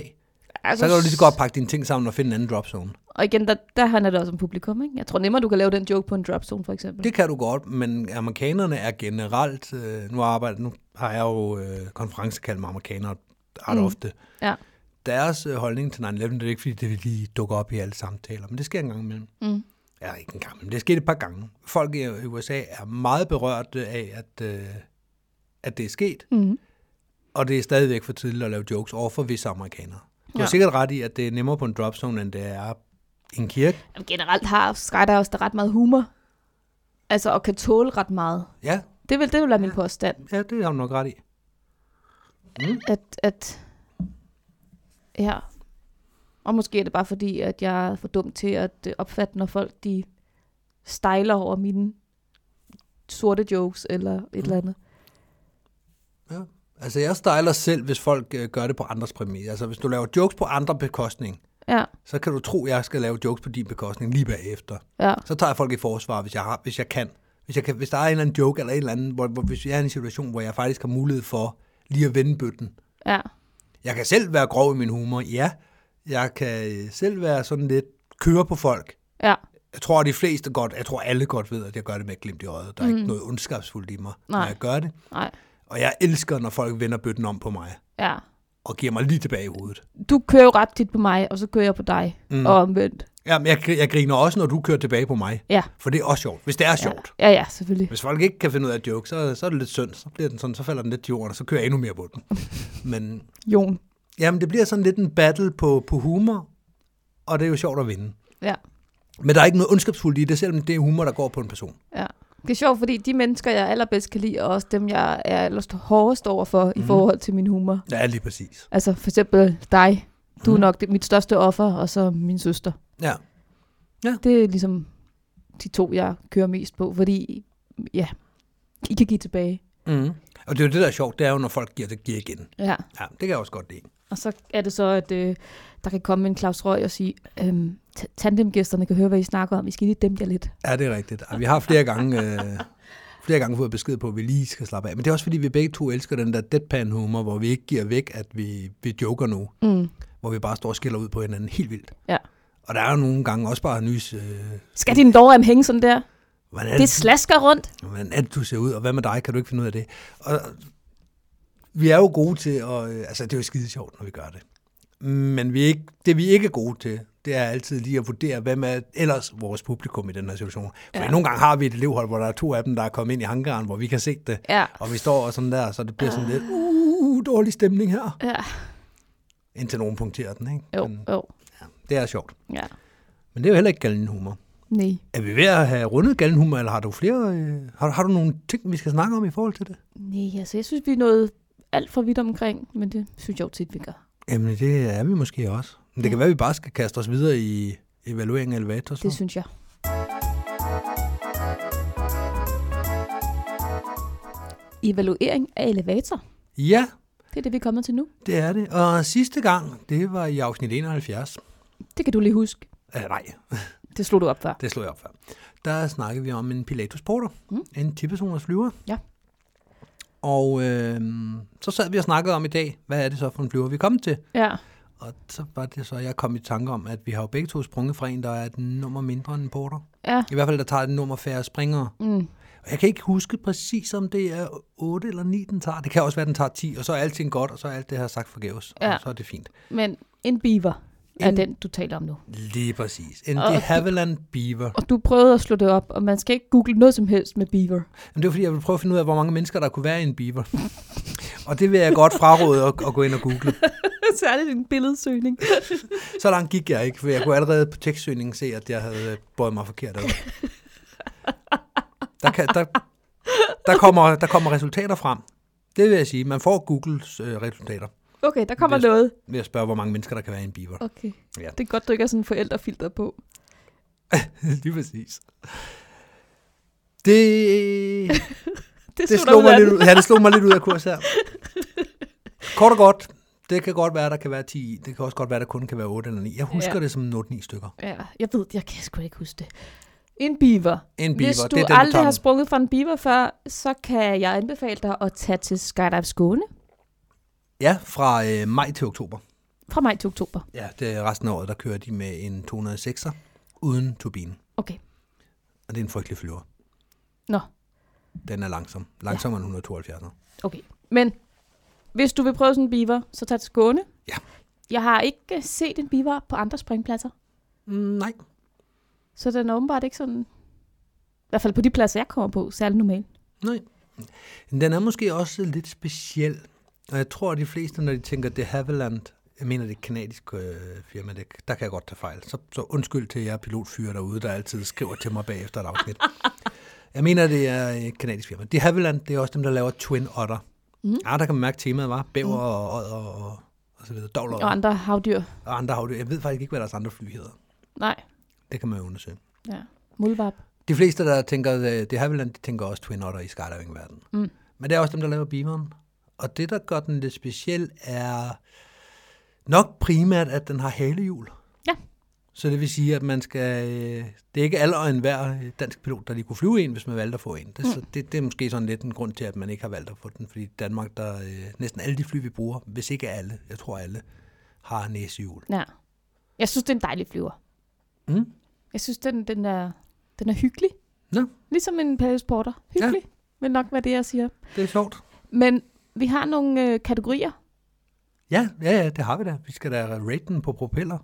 Altså så kan du lige så godt pakke dine ting sammen og finde en anden drop zone. Og igen, der, der handler det også om publikum, ikke? Jeg tror nemmere, du kan lave den joke på en dropzone, for eksempel. Det kan du godt, men amerikanerne er generelt, øh, nu arbejder, nu har jeg jo øh, konferencekaldt med amerikanere ret mm. ofte. Ja. Deres øh, holdning til 9-11, det er ikke fordi, det vil lige dukke op i alle samtaler, men det sker en gang imellem. Mm. Ja, ikke en gang imellem, det er sket et par gange. Folk i i USA er meget berørt af, at, øh, at det er sket, Mm. og det er stadigvæk for tidligt at lave jokes over for visse amerikanere. Du har Ja. sikkert ret i, at det er nemmere på en drop zone, end det er i en kirke. Jamen, generelt har skydivers da ret meget humor. Altså, og kan tåle ret meget. Ja, Det vil, det vil være min påstand. ja det har du nok ret i. At, at, ja. Og måske er det bare fordi, at jeg er for dum til at øh, opfatte, når folk de stejler over mine sorte jokes eller et Mm. eller andet. Ja. Altså, jeg styler selv, hvis folk øh, gør det på andres præmier. Altså, hvis du laver jokes på andre bekostning, Ja, så kan du tro, at jeg skal lave jokes på din bekostning lige bagefter. ja. Så tager jeg folk i forsvar, hvis jeg, har, hvis jeg kan. Hvis, jeg kan, hvis der er en eller anden joke eller en eller anden, hvor, hvor, hvis jeg er i en situation, hvor jeg faktisk har mulighed for lige at vende bøtten. Ja, Jeg kan selv være grov i min humor, ja. Jeg kan øh, selv være sådan lidt køre på folk. ja, Jeg tror, at de fleste godt, jeg tror alle godt ved, at jeg gør det med et glimt i øjet. Der er mm. ikke noget ondskabsfuldt i mig, Nej. når Nej. jeg gør det. nej, Og jeg elsker, når folk vender bøtten om på mig ja. og giver mig lige tilbage i hovedet. Du kører jo ret tit på mig, og så kører jeg på dig. Mm. Og omvendt. Jamen, jeg, gri- jeg griner også, når du kører tilbage på mig. Ja, For det er også sjovt, hvis det er sjovt. ja, ja, selvfølgelig. Hvis folk ikke kan finde ud af at joke, så, så er det lidt synd. Så, bliver den sådan, så falder den lidt til jorden, og så kører jeg endnu mere på den. Men Jon. jamen, det bliver sådan lidt en battle på, på humor, og det er jo sjovt at vinde. Ja, Men der er ikke noget ondskabsfuldt i det, selvom det er humor, der går på en person. ja. Det er sjovt, fordi de mennesker, jeg allerbedst kan lide, og også dem, jeg er allerst hårdest over for mm. i forhold til min humor. Ja, lige præcis. Altså for eksempel dig. Du er nok det, mit største offer, og så min søster. Ja. Det er ligesom de to, jeg kører mest på, fordi ja, I kan give tilbage. Mm. Og det er jo det, der er sjovt, det er jo, når folk giver det giver igen. Ja. Ja, det kan jeg også godt lide. Og så er det så, at øh, der kan komme en Claus Røg og sige, øhm, t- tandemgæsterne kan høre, hvad I snakker om. I skal lige dæmpe jer lidt. Ja, det er rigtigt. Og vi har flere gange, øh, flere gange fået besked på, at vi lige skal slappe af. Men det er også, fordi vi begge to elsker den der deadpan-humor, hvor vi ikke giver væk, at vi, vi joker nu. Mm. Hvor vi bare står og skiller ud på hinanden helt vildt. Ja. Og der er jo nogle gange også bare nys, øh, Skal din dovrem hænge sådan der? hvordan, er Det det, slasker rundt. hvordan er det, du ser ud, og hvad med dig, kan du ikke finde ud af det? Og vi er jo gode til, og øh, altså det er jo skide sjovt, når vi gør det. Men vi er ikke, det vi ikke er gode til, det er altid lige at vurdere, hvem er ellers vores publikum i den her situation. For ja. nogle gange har vi et elevhold, hvor der er to af dem, der er kommet ind i hangaren, hvor vi kan se det. Ja. Og vi står og sådan der, så det bliver sådan lidt, uh, dårlig stemning her. Ja. Indtil nogen punkterer den, ikke? Jo, Men, jo. ja, det er sjovt. Ja. Men det er jo heller ikke galgenhumor. Nej. Er vi ved at have rundet galgenhumor, eller har du flere, øh, har, har du nogle ting, vi skal snakke om i forhold til det? Nej, altså jeg synes, vi er nået alt for vidt omkring, men det synes jeg jo tit, vi gør. Jamen, det er vi måske også. Men det kan være, at vi bare skal kaste os videre i evaluering af elevator. Så. Det synes jeg. Evaluering af elevator. Ja, Det er det, vi er kommet til nu. det er det. Og sidste gang, det var i afsnit 71. Det kan du lige huske. Uh, nej, Det slog du op før. det slog jeg op før. Der snakkede vi om en Pilatus Porter, mm. en 10-personers flyver. Ja. Og øh, så sad vi og snakkede om i dag, hvad er det så for en flyver, vi er kommet til? Ja. Og så var det så, jeg kom i tanke om, at vi har jo begge to sprunget fra en, der er et nummer mindre end en Porter. Ja. I hvert fald, der tager et nummer færre springere. Mm. Og jeg kan ikke huske præcis, om det er 8 eller 9, den tager. Det kan også være, den tager 10, og så er alting godt, og så er alt det her sagt forgæves. Ja. Og så er det fint. Men en beaver er En- den, du taler om nu. Lige præcis. En Og- de Havilland Beaver. Og du prøvede at slå det op, og man skal ikke google noget som helst med beaver. <laughs> Jamen, det var fordi, jeg ville prøve at finde ud af, hvor mange mennesker, der kunne være i en beaver. og det vil jeg godt fraråde at, at gå ind og google. Særligt en billedsøgning. Så langt gik jeg ikke, for jeg kunne allerede på tekstsøgningen se, at jeg havde øh, båret mig forkert ad. Der, kan, der, der, kommer, der kommer resultater frem. Det vil jeg sige. Man får Googles øh, resultater Okay, der kommer Det er- noget. ved at spørge, hvor mange mennesker, der kan være i en beaver. Okay. Ja. Det er godt, du ikke har sådan en forældrefilter på. <laughs> Lige præcis. <laughs> Det, Det, slog dig det, slog ud af mig lidt den. ud, ja, det slog mig lidt ud af kurs her. Kort og godt. Det kan godt være, der kan være 10 i. Det kan også godt være, der kun kan være 8 eller 9. Jeg husker Ja. ja. det som 8-9 stykker. Ja, jeg ved, jeg kan sgu ikke huske det. En beaver. En beaver, Hvis det er du den, du aldrig tager har den. sprunget fra en beaver før, så kan jeg anbefale dig at tage til Skydive Skåne Ja, fra øh, maj til oktober. fra maj til oktober. Ja, det er resten af året, der kører de med en 206'er uden turbine. Okay. Og det er en frygtelig flyver. Nå, Den er langsom. Langsommere end 172'er. okay. Men hvis du vil prøve sådan en beaver, så tag til Skåne. Ja. Jeg har ikke øh, set en beaver på andre springpladser, Mm, nej. så den er åbenbart ikke sådan... I hvert fald på de pladser, jeg kommer på, særlig normal. Nej. Den er måske også lidt speciel. Og jeg tror, at de fleste, når de tænker de Havilland, jeg mener det er et kanadisk øh, firma, det, der kan jeg godt tage fejl. Så, så undskyld til jer pilotfyre derude, der altid skriver til mig bagefter et afsnit. jeg mener, det er et kanadisk firma. De Havilland, det er også dem, der laver Twin Otter. Mm. Ja, der kan man mærke temaet, var Bæver mm. og, og, og, og så videre. Dogler Og andre havdyr. og andre havdyr. Jeg ved faktisk ikke, hvad deres andre fly hedder. Nej. Det kan man jo undersøge. Ja. Muldvarp. De fleste, der tænker øh, det Havilland, de tænker også Twin Otter i skydiving-verdenen. Mm. Men det er også dem, der laver Beaveren. Og det, der gør den lidt speciel, er nok primært, at den har halehjul. Ja. Så det vil sige, at man skal... øh, Det er ikke alle og enhver øh, dansk pilot, der lige kunne flyve en, hvis man valgte at få en. Det, mm. så det, det er måske sådan lidt en grund til, at man ikke har valgt at få den. Fordi i Danmark, der øh, næsten alle de fly, vi bruger, hvis ikke alle, jeg tror alle, har næsehjul. Ja. Jeg synes, det er en dejlig flyver. Mm. Jeg synes, den, den, er, den er hyggelig. Nå, Ligesom en parasporter. Hyggelig. Ja. Vil nok være det, jeg siger. det er sjovt. Men vi har nogle øh, kategorier. Ja, ja, ja, det har vi da. Vi skal da rate den på propeller.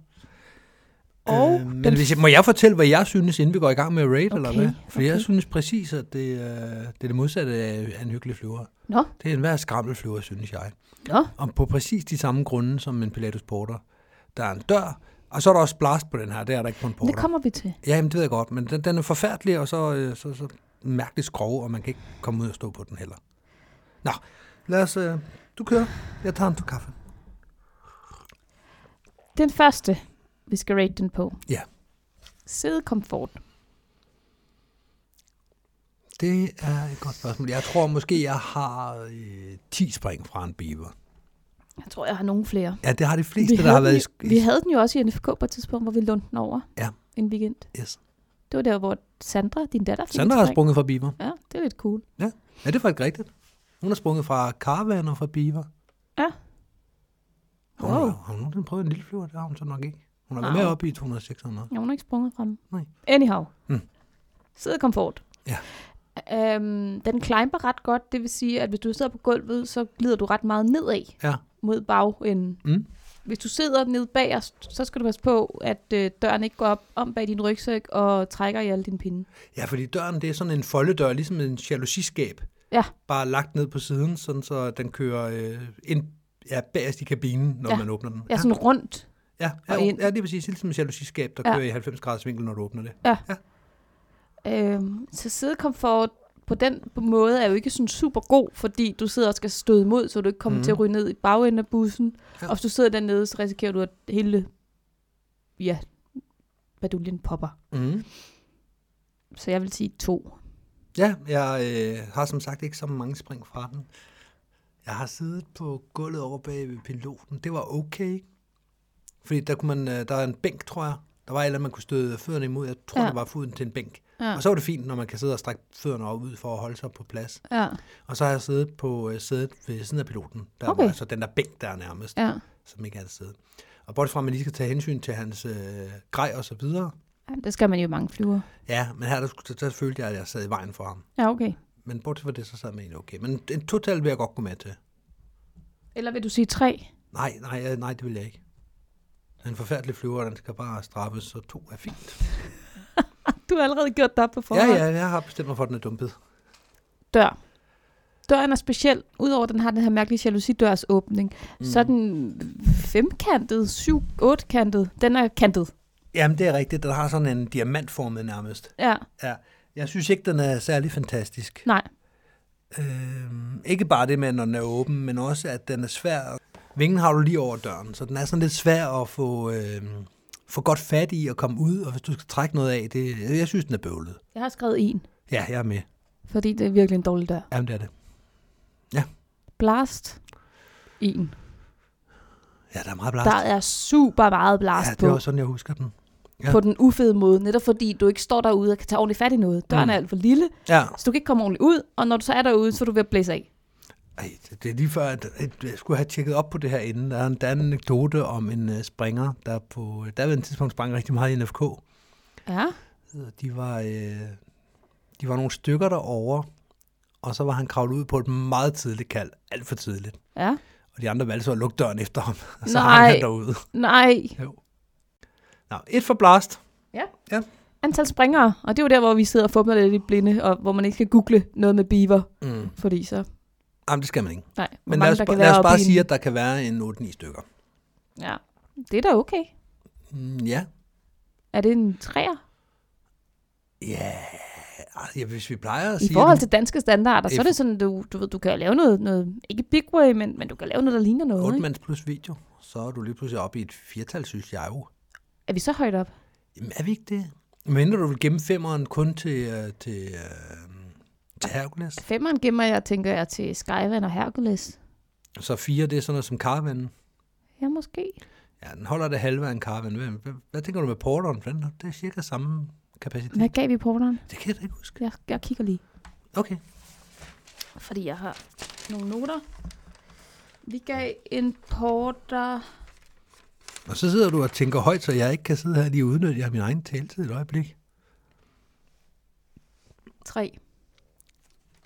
Og øh, men den- hvis jeg, må jeg fortælle, hvad jeg synes, inden vi går i gang med at rate, okay, eller Okay, hvad? For okay. jeg okay. synes præcis, at det, øh, det er det modsatte af af en hyggelig flyver. Nå, Det er en hver skrammelflyver, synes jeg. nå. Og på præcis de samme grunde som en Pilatus Porter. Der er en dør, og så er der også blast på den her. Det er der ikke på en Men det Porter. kommer vi til. Ja, jamen, det ved jeg godt, men den, den er forfærdelig, og så, øh, så, så mærkeligt skrov, og man kan ikke komme ud og stå på den heller. Nå, lad os... Øh, du kører. Jeg tager en tur kaffe. Den første, vi skal rate den på. Ja. Sædekomfort. Det er et godt spørgsmål. Jeg tror måske, jeg har øh, 10 spring fra en beaver. Jeg tror, jeg har nogle flere. Ja, det har de Vi fleste, der havde, har været i... den, jo- vi havde den jo også i NFK på et tidspunkt, hvor vi lånte den over Ja. en weekend. Yes. Det var der, hvor Sandra, din datter, fik Sandra et har spring. sprunget fra beaver. Ja, det er lidt cool. Ja. ja, det er faktisk rigtigt. Hun har sprunget fra Caravan og fra beaver. Ja. Har hun, Wow. har hun nogensinde prøvet en lille flyver? Det har hun så nok ikke. Hun har været Nej. med op i 206 og noget. Ja, hun har ikke sprunget frem. Nej. Anyhow. Mm. Sædekomfort. Ja. Øhm, den climber ret godt, det vil sige, at hvis du sidder på gulvet, så glider du ret meget nedad Ja. mod bagenden. Mm. Hvis du sidder nede bagerst, så skal du passe på, at øh, døren ikke går op om bag din rygsæk og trækker i alle dine pinde. ja, fordi døren, det er sådan en foldedør, ligesom en jalousiskab. Ja, Bare lagt ned på siden, sådan så den kører øh, ind ja, bagerst i kabinen, når Ja. ja. man åbner den. ja sådan rundt. Ja, Og ja, ind. ind. ja, det er præcis ligesom et jalousiskab, der Ja. ja. kører i 90 graders vinkel, når du åbner det. Øhm, så sidekomfort på den måde er jo ikke sådan super god, fordi du sidder og skal støde mod, så du ikke kommer mm. Mhm. til at ryge ned i bagenden af bussen. Ja. Ja. Og hvis du sidder dernede, så risikerer du, at hele ja, baduljen popper. Mm. Så jeg vil sige to. Ja, jeg øh, har som sagt ikke så mange spring fra den. Jeg har siddet på gulvet over bag ved piloten. Det var okay. Fordi der, kunne man, øh, der er en bænk, tror jeg. Der var et eller andet, man kunne støde fødderne imod. Jeg tror, Ja. ja. det var foden til en bænk. Ja. Ja. Og så var det fint, når man kan sidde og strække fødderne op ud for at holde sig på plads. Ja, Og så har jeg siddet på øh, sædet ved siden af piloten. Der Okay. okay. var altså den der bænk, der er nærmest. ja. som ikke er siddet. Og bortset fra, at man lige skal tage hensyn til hans øh, grej og så videre. ja det skal man jo i mange flyver. Ja, men her der, der, der følte jeg, at jeg sad i vejen for ham. Ja, okay. Men bortset fra det, så sad man egentlig okay. Men en total vil jeg godt gå med til. Eller vil du sige tre? Nej, nej, øh, nej, det vil jeg ikke. Den forfærdelige flyver, den skal bare straffes, så to er fint. Du har allerede gjort dig på Ja, forhånd. ja, jeg har bestemt mig for, at den er dumpet. Dør. Døren er speciel. Udover at den har den her mærkelige jalousidørs åbning, mm. så er den femkantet, syv, ottekantet. Den er kantet. Jamen, det er rigtigt. Den har sådan en diamantformet nærmest. Ja, Ja. Jeg synes ikke, den er særlig fantastisk. nej. Øhm, ikke bare det med, når den er åben, men også, at den er svær. Vingen har du lige over døren, så den er sådan lidt svær at få, øhm, få godt fat i og komme ud, og hvis du skal trække noget af, det, jeg synes, den er bøvlet. Jeg har skrevet en, Ja, jeg er med. fordi det er virkelig en dårlig dør. Jamen, det er det. Blast. En. Ja, der er meget blast. Der er super meget blast ja, det på. er også sådan, jeg husker den. ja. på den ufede måde, netop fordi du ikke står derude og kan tage ordentligt fat i noget. Døren mm. er alt for lille, Ja. så du kan ikke komme ordentligt ud, og når du så er derude, så er du ved at blæse af. Ej, det- det er lige før, at at jeg skulle have tjekket op på det her inden. Der er en, der er en anekdote om en øh, springer, der på øh, der ved et tidspunkt sprang rigtig meget i NFK. Ja, Øh, De var, øh, de var nogle stykker derovre, og så var han kravlet ud på et meget tidligt kald. Alt for tidligt. ja. Og de andre valgte så at lukke døren efter ham, <laughs> og så Nej. hang han derude. Nej, Jo. Nå, et for blast. antal springere, og det er jo der, hvor vi sidder og fumler lidt i blinde, og hvor man ikke skal google noget med beaver, Mm. fordi så, Jamen, det skal man ikke. nej, hvor Men mange lad os, der ba- kan lad være os oppe bare i en- sige, at der kan være en 8-9 stykker. Ja, det er da okay. Mm, ja. Er det en træer? Ja, ej, ja, hvis vi plejer at I sige... forhold det- til danske standarder, så er If- det sådan, du, du ved, du kan lave noget, noget ikke big way, men, men du kan lave noget, der ligner noget. 8 Ikke? mands plus video, så er du lige pludselig oppe i et firtal, synes jeg jo. Er vi så højt op? Jamen, er vi ikke det? Men du vil gemme femmeren kun til, øh, til, øh, til Hercules? Femmeren gemmer jeg, tænker jeg, til Skyvan og Hercules. Så fire, det er sådan noget som Caravan. Ja, måske. Ja, den holder det halve af en Caravan. Hvad, hvad, hvad tænker du med Porteren? For Den, det er cirka samme kapacitet. Hvad gav vi porteren? Det kan jeg da ikke huske. Jeg, jeg kigger lige. Okay. Fordi jeg har nogle noter. Vi gav en porter... Og så sidder du og tænker højt, så jeg ikke kan sidde her lige og udnytte jeg har min egen taletid et øjeblik. 3.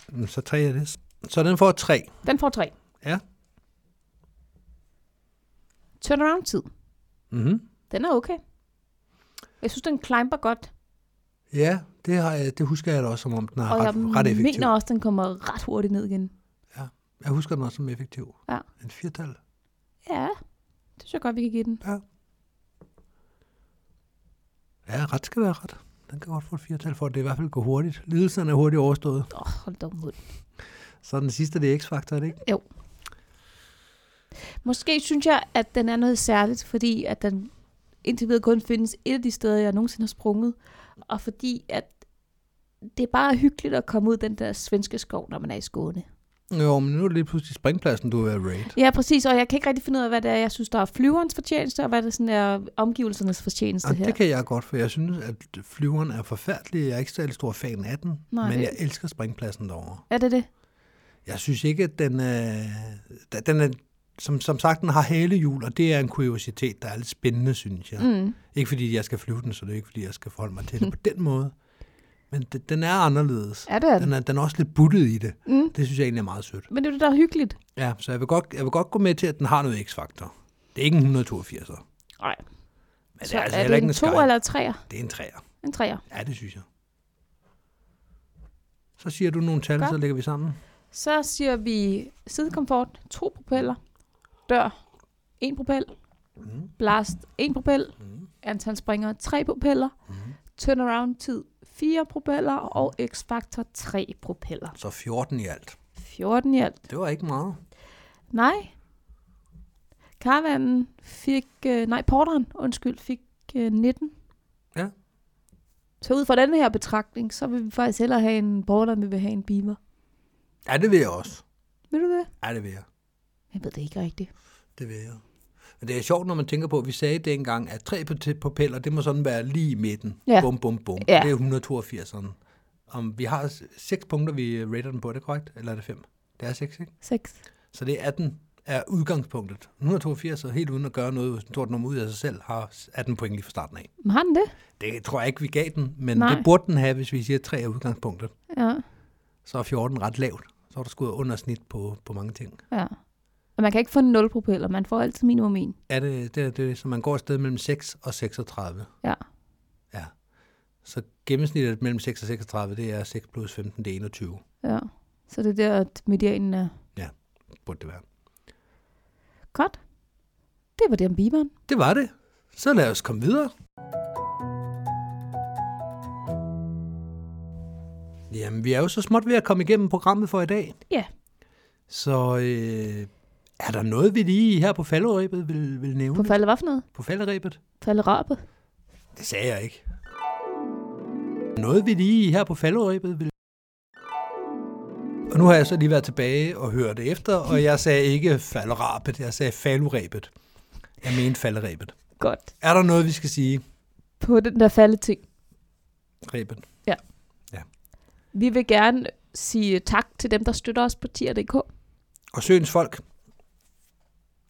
Mm, Så tre er det. Så den får tre. Den får 3. Ja. Turnaround-tid. Mm-hmm. Den er okay. Jeg synes, den climber godt. Ja, det, har jeg, det husker jeg da også, som om den er og ret, jeg ret effektiv. mener også, den kommer ret hurtigt ned igen. Jeg husker den også som effektiv. Ja. En firtal. Ja, det synes jeg godt, vi kan give den. Ja. Ja, ret skal være ret. Den kan godt få et firtal for, at det i hvert fald går hurtigt. Lidelsen er hurtigt overstået. Åh, oh, hold da op mod. Så den sidste, det er X-faktor, er det ikke? Måske synes jeg, at den er noget særligt, fordi at den indtil videre kun findes et af de steder, jeg nogensinde har sprunget. Og fordi at det er bare hyggeligt at komme ud den der svenske skov, når man er i Skåne. Jo, men nu er det lige pludselig springpladsen, du er raid. Ja, præcis, og jeg kan ikke rigtig finde ud af, hvad det er, jeg synes, der er flyverens fortjeneste, og hvad det sådan er omgivelsernes fortjeneste Og her. det kan jeg godt, for jeg synes, at flyveren er forfærdelig. Jeg er ikke særlig stor fan af den, Nej, men det- jeg elsker springpladsen derovre. Er det det? Jeg synes ikke, at den er... da- Den er som, som sagt, den har halehjul, og det er en kuriositet, der er lidt spændende, synes jeg. Mm. Ikke fordi jeg skal flyve den, så det er ikke fordi, jeg skal forholde mig til det på den måde. Men d- den er anderledes. Er Hmm. det? Er det? Den er, den er også lidt buttet i det. Mm. Det synes jeg egentlig er meget sødt. Men det er det, der er hyggeligt. Ja, så jeg vil godt, jeg vil godt gå med til, at den har noget x-faktor. Det er ikke en 182'er. Nej. Men det Så er er, altså er heller det ikke en en to sky. eller en treer? Det er en 3'er. En treer. Ja, det synes jeg. Så siger du nogle tal, Godt. så lægger vi sammen. Så siger vi sidekomfort, to propeller, dør, en propel, Mm. blast, en propel, Mm. antal springere, tre propeller, Mhm. turnaround tid, fire propeller og x-faktor, tre propeller. Så 14 i alt. 14 i alt. Det var ikke meget. Nej. Karavanen fik, øh, nej, porteren, undskyld, fik øh, 19. Ja. Så ud fra den her betragtning, så vil vi faktisk hellere have en porter, end vi vil have en beamer. Ja, det vil jeg også. Vil du det? Ja, det vil jeg. Jeg ved det ikke rigtigt. Det vil jeg. Men det er sjovt, når man tænker på, at vi sagde dengang, at tre prote- propeller, det må sådan være lige i midten. Ja. Bum, bum, bum. Ja. Det er 182'eren. Om vi har s- seks punkter, vi øh, rater den på, er det korrekt? Eller er det fem? Det er seks, ikke? 6. Så det er 18 er udgangspunktet. 182 er helt uden at gøre noget stort nummer ud af sig selv, har s- 18 point lige fra starten af. Men har den det? Det tror jeg ikke, vi gav den, men Nej. det burde den have, hvis vi siger, at 3 er udgangspunktet. Ja. Så er 14 ret lavt. Så er der skudt under snit på, på mange ting. ja. Og man kan ikke få 0 propeller, man får altid minimum en. Er det, det, er det, så man går et sted mellem 6 og 36. Ja. Ja. Så gennemsnittet mellem 6 og 36, det er 6 plus 15, det er 21, Ja. Så det er der, at medianen er burde det være. godt. Det var det om biberen. Det var det. Så lad os komme videre. Jamen, vi er jo så småt ved at komme igennem programmet for i dag. Ja. Så øh, er der noget, vi lige her på falderæbet vil, vil nævne? På faldet hvad for noget? på falderæbet? Faldet rappe. Det sagde jeg ikke. Noget, vi lige her på falderæbet vil... Og nu har jeg så lige været tilbage og hørt det efter, og jeg sagde ikke falderæbet, jeg sagde faluræbet. Jeg mente falderæbet. Godt. Er der noget, vi skal sige? på den der falde ting. Reben. Vi vil gerne sige tak til dem, der støtter os på tier.dk. Og søens folk.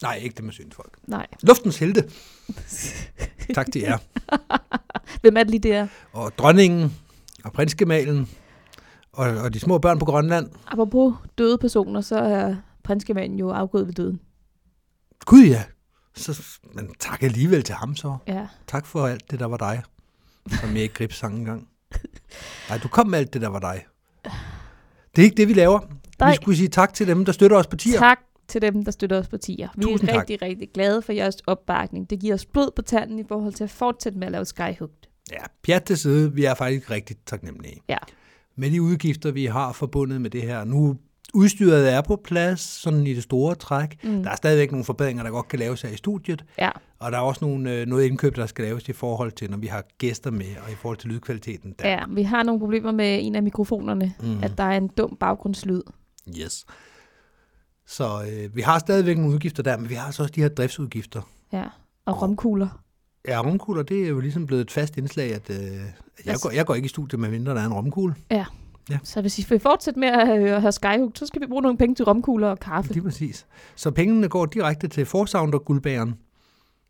Nej, ikke det med søens folk. Nej. <laughs> Luftens helte. Tak til jer. Hvem er det lige der? Og dronningen og prinsgemalen og, og de små børn på Grønland. Apropos døde personer, så er prinskemanden jo afgået ved døden. Gud ja. Så, men tak alligevel til ham så. Ja. Tak for alt det, der var dig. Som jeg ikke grib sang engang. Nej, du kom med alt det, der var dig. Det er ikke det, vi laver. Nej. Vi skulle sige tak til dem, der støtter os på tier. Tak til dem, der støtter os på tier. Vi Tusind er tak. rigtig, rigtig glade for jeres opbakning. Det giver os blod på tanden i forhold til at fortsætte med at lave Skyhooked. Ja, pjat til side. Vi er faktisk rigtig taknemmelige. Ja. Med de udgifter, vi har forbundet med det her. Nu udstyret er på plads, sådan i det store træk. Mm. Der er stadigvæk nogle forbedringer, der godt kan laves her i studiet. Ja. Og der er også nogle, øh, noget indkøb, der skal laves i forhold til, når vi har gæster med, og i forhold til lydkvaliteten der. ja. Vi har nogle problemer med en af mikrofonerne, Mhm. mm. at der er en dum baggrundslyd. Yes. Så øh, vi har stadigvæk nogle udgifter der, men vi har så også de her driftsudgifter. Ja. Og romkugler. Ja, romkugler, det er jo ligesom blevet et fast indslag, at øh, at jeg, Altså- går, jeg går ikke i studiet, medmindre der er en romkugle. <laughs> Ja. Ja. Så hvis vi fortsætter med at øh, have Skyhooked, så skal vi bruge nogle penge til romkugler og kaffe. Lige præcis. Så pengene går direkte til Forsound og guldbæren.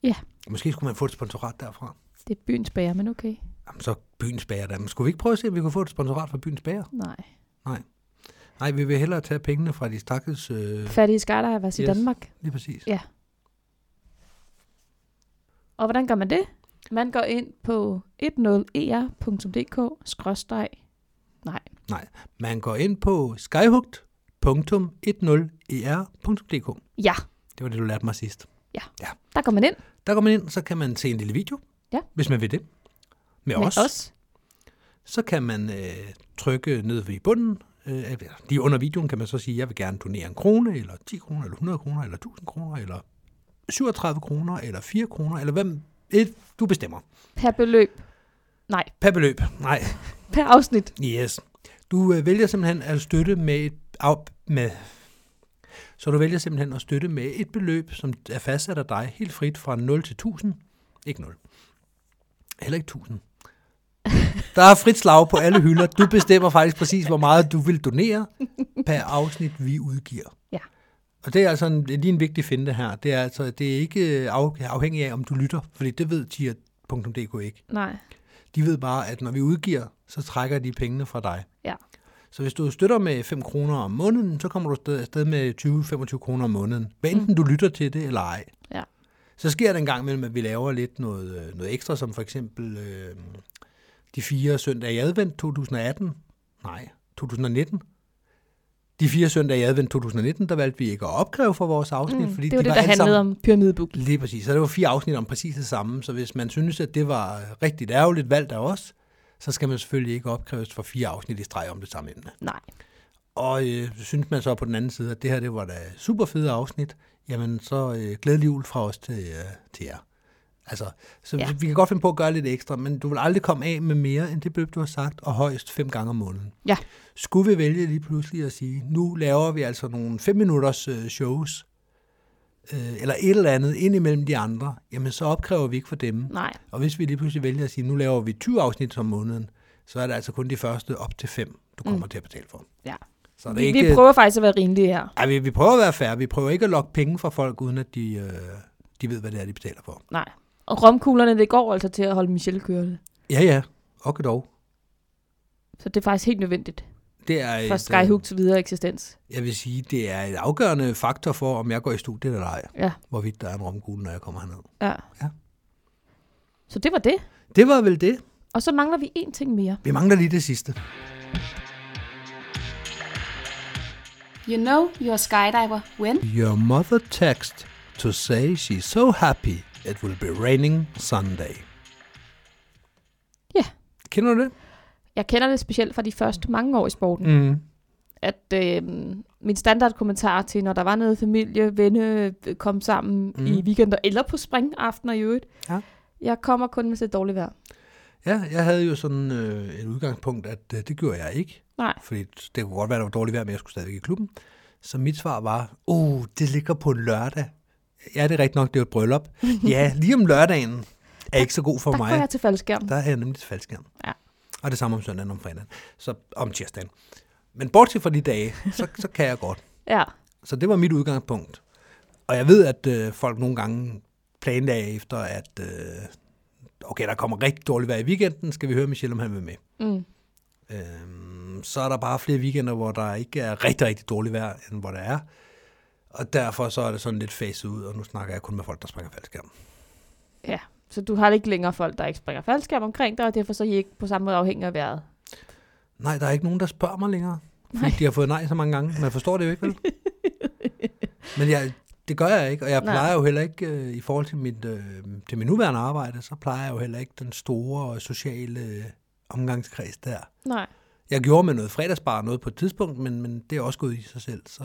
Ja. Måske skulle man få et sponsorat derfra. Det er byens bager, men okay. Jamen, så byens bager der. Men skulle vi ikke prøve at se, om vi kunne få et sponsorat fra byens bager? Nej. Nej. Nej, vi vil hellere tage pengene fra de stakkels... Øh, Fattige skydivers yes. i Yes. Danmark. lige præcis. Ja. Og hvordan gør man det? Man går ind på e 10er.dk Nej, Nej, man går ind på e skyhooked.10er.dk. ja, Det var det, du lærte mig sidst. der går man ind Der går man ind, så kan man se en lille video, Ja. hvis man vil det. Med, med os. os. Så kan man øh, trykke ned ved bunden. Øh, eller lige under videoen kan man så sige, jeg vil gerne donere en krone, eller 10 kroner, eller 100 kroner, eller 1000 kroner, eller 37 kroner, eller 4 kroner, eller hvem et, du bestemmer. Per beløb. Nej, Per beløb. Nej, per afsnit. Yes. Du øh, vælger simpelthen at støtte med et af, med så du vælger simpelthen at støtte med et beløb, som er fastsat af dig helt frit fra 0 til 1000. Ikke 0. Heller ikke 1000. Der er frit slag på alle hylder. Du bestemmer faktisk præcis, hvor meget du vil donere per afsnit, vi udgiver. Ja. Og det er altså en, det er lige en vigtig finde her. Det er altså det er ikke af, afhængig af, om du lytter, fordi det ved tier.dk ikke. Nej, De ved bare, at når vi udgiver, så trækker de pengene fra dig. ja, Så hvis du støtter med 5 kroner om måneden, så kommer du afsted- afsted med 20-25 kroner om måneden. Hvad enten du lytter til det eller ej. Mm. ja, Så sker det en gang imellem, at vi laver lidt noget, øh, noget ekstra, som for eksempel øh, de fire søndage i advent 2018. Nej, 2019. De fire søndage i advent 2019, der valgte vi ikke at opkræve for vores afsnit, mm, fordi det var de det, var der alle handlede sammen... om pyramidebook. Lige præcis. Så det var fire afsnit om præcis det samme. Så hvis man synes, at det var rigtig ærgerligt valgt af os, så skal man selvfølgelig ikke opkræves for fire afsnit i streg om det samme emne. Nej, Og øh, synes man så på den anden side, at det her det var da super fede afsnit, jamen så øh, glædelig jul fra os til, øh, til jer. Altså, så Ja. ja. vi kan godt finde på at gøre lidt ekstra, men du vil aldrig komme af med mere end det beløb, du har sagt, og højst fem gange om måneden. ja, Skulle vi vælge lige pludselig at sige, nu laver vi altså nogle fem minutters øh, shows, øh, eller et eller andet ind imellem de andre, jamen så opkræver vi ikke for dem. nej, Og hvis vi lige pludselig vælger at sige, nu laver vi 20 afsnit om måneden, så er det altså kun de første op til fem, du kommer mm. til at betale for. ja. Så er det Vi, ikke, vi prøver faktisk at være rimelige her. Ej, vi, vi prøver at være færre. Vi prøver ikke at lokke penge fra folk, uden at de, øh, de ved, hvad det er, de betaler for. Nej. Og romkuglerne, det går altså til at holde Michelle kørende. Ja, ja. Og dog. Så det er faktisk helt nødvendigt Det er for et, Skyhooks videre eksistens. øh, jeg vil sige, det er et afgørende faktor for, om jeg går i studiet eller ej, Ja, hvorvidt der er en romkugle, når jeg kommer herned. ja. Ja. Så det var det. Det var vel det. Og så mangler vi én ting mere. Vi mangler lige det sidste. You know you're a skydiver when Your mother text to say she's so happy it will be raining Sunday. Ja. Kender du det? Jeg kender det specielt fra de første mange år i sporten, mm. Mm. at øh, min standardkommentar til, når der var noget familie, venne, øh, kom sammen mm. i weekender eller på springaftener i øvrigt, Mhm. Ja. jeg kommer kun, hvis det er dårligt vejr. Ja, jeg havde jo sådan øh, et udgangspunkt, at øh, det gjorde jeg ikke. Nej, Fordi det kunne godt være, at der var dårligt vejr, men jeg skulle stadigvæk i klubben. Så mit svar var, "Uh, <laughs> oh, det ligger på en lørdag. Ja, det er rigtigt nok, det er jo et bryllup. Ja, lige om lørdagen. er ikke så god for der mig. går jeg til faldskærm. Der er jeg nemlig til faldskærm. Ja. Og det samme om søndagen om fredagen. Så om tirsdagen. Men bortset fra de dage, så, så kan jeg godt. Ja. Så det var mit udgangspunkt. Og jeg ved, at øh, folk nogle gange planlagde efter, at øh, okay, der kommer rigtig dårligt vejr i weekenden, skal vi høre Michelle, om han vil med. Mm. Øhm, så er der bare flere weekender, hvor der ikke er rigtig, rigtig dårligt vejr, end hvor der er. Og derfor så er det sådan lidt facet ud, og nu snakker jeg kun med folk, der springer faldskærm. ja. Så du har ikke længere folk, der ikke springer faldskærm omkring dig, og derfor så er I ikke på samme måde afhængige af vejret. Nej, der er ikke nogen, der spørger mig længere. Fordi de har fået nej så mange gange. Man forstår det jo ikke, <laughs> vel? Men jeg, det gør jeg ikke, og jeg Nej. plejer jo heller ikke, øh, i forhold til mit, øh, til mit nuværende arbejde, så plejer jeg jo heller ikke den store sociale øh, omgangskreds der. Nej. Jeg gjorde med noget fredagsbar noget på et tidspunkt, men, men det er også gået i sig selv, så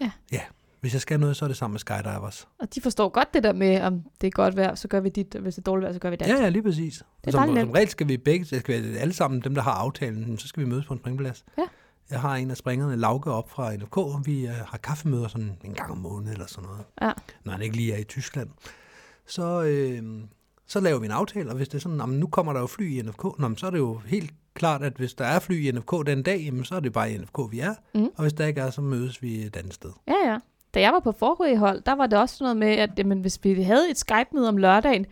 Ja. ja. Hvis jeg skal noget, så er det sammen med skydivers. Og de forstår godt det der med, om det er godt vejr, så gør vi dit, og hvis det er dårligt vejr, så gør vi det. Ja, ja, lige præcis. er Og som, dejligt som nemt. regel skal vi begge, det skal være alle sammen, dem der har aftalen, så skal vi mødes på en springplads. Ja. Jeg har en af springerne, Lauke, op fra NFK, og vi øh, har kaffemøder sådan en gang om måneden eller sådan noget. Ja. Når han ikke lige er i Tyskland. Så, øh, så laver vi en aftale, og hvis det er sådan, "Nå, men nu kommer der jo fly i NFK, nå, men så er det jo helt klart, at hvis der er fly i NFK den dag, jamen, så er det bare i NFK, vi er. Mhm. Og hvis der ikke er, så mødes vi et andet sted. Ja, ja. Da jeg var på forrige hold, der var det også sådan noget med, at jamen, hvis vi havde et Skype-møde om lørdagen,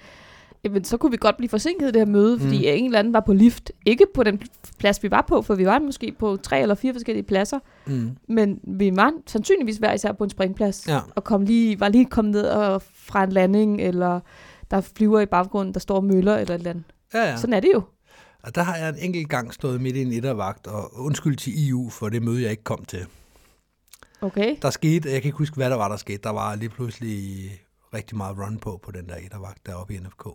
jamen, så kunne vi godt blive forsinket i det her møde, fordi mm. en eller anden var på lift. Ikke på den plads, vi var på, for vi var måske på tre eller fire forskellige pladser, Mm. men vi var sandsynligvis hver især på en springplads, Ja. og kom lige, var lige kommet ned og, fra en landing, eller der flyver i baggrunden, der står møller eller et eller andet. Ja, ja. Ja. Sådan er det jo. Og der har jeg en enkelt gang stået midt i en ettervagt, og undskyld til EU for det møde, jeg ikke kom til. Okay. Der skete, jeg kan ikke huske, hvad der var, der skete. Der var lige pludselig rigtig meget run på, på den der ettervagt deroppe i NFK.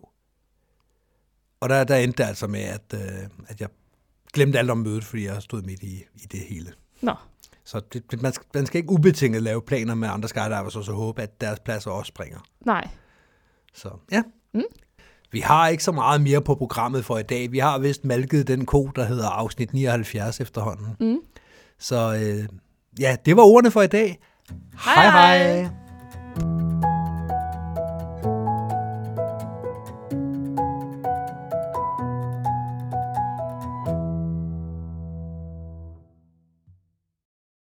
Og der, der endte det altså med, at, øh, at jeg glemte alt om mødet, fordi jeg stod midt i, i det hele. Nå. Så det, det- man, skal, man skal ikke ubetinget lave planer med andre skydivers, og så håbe, at deres pladser også springer. Nej. Så ja. Mm. Vi har ikke så meget mere på programmet for i dag. Vi har vist malket den ko, der hedder afsnit 79 efterhånden. Mm. Så øh, ja, det var ordene for i dag. Hej, hej.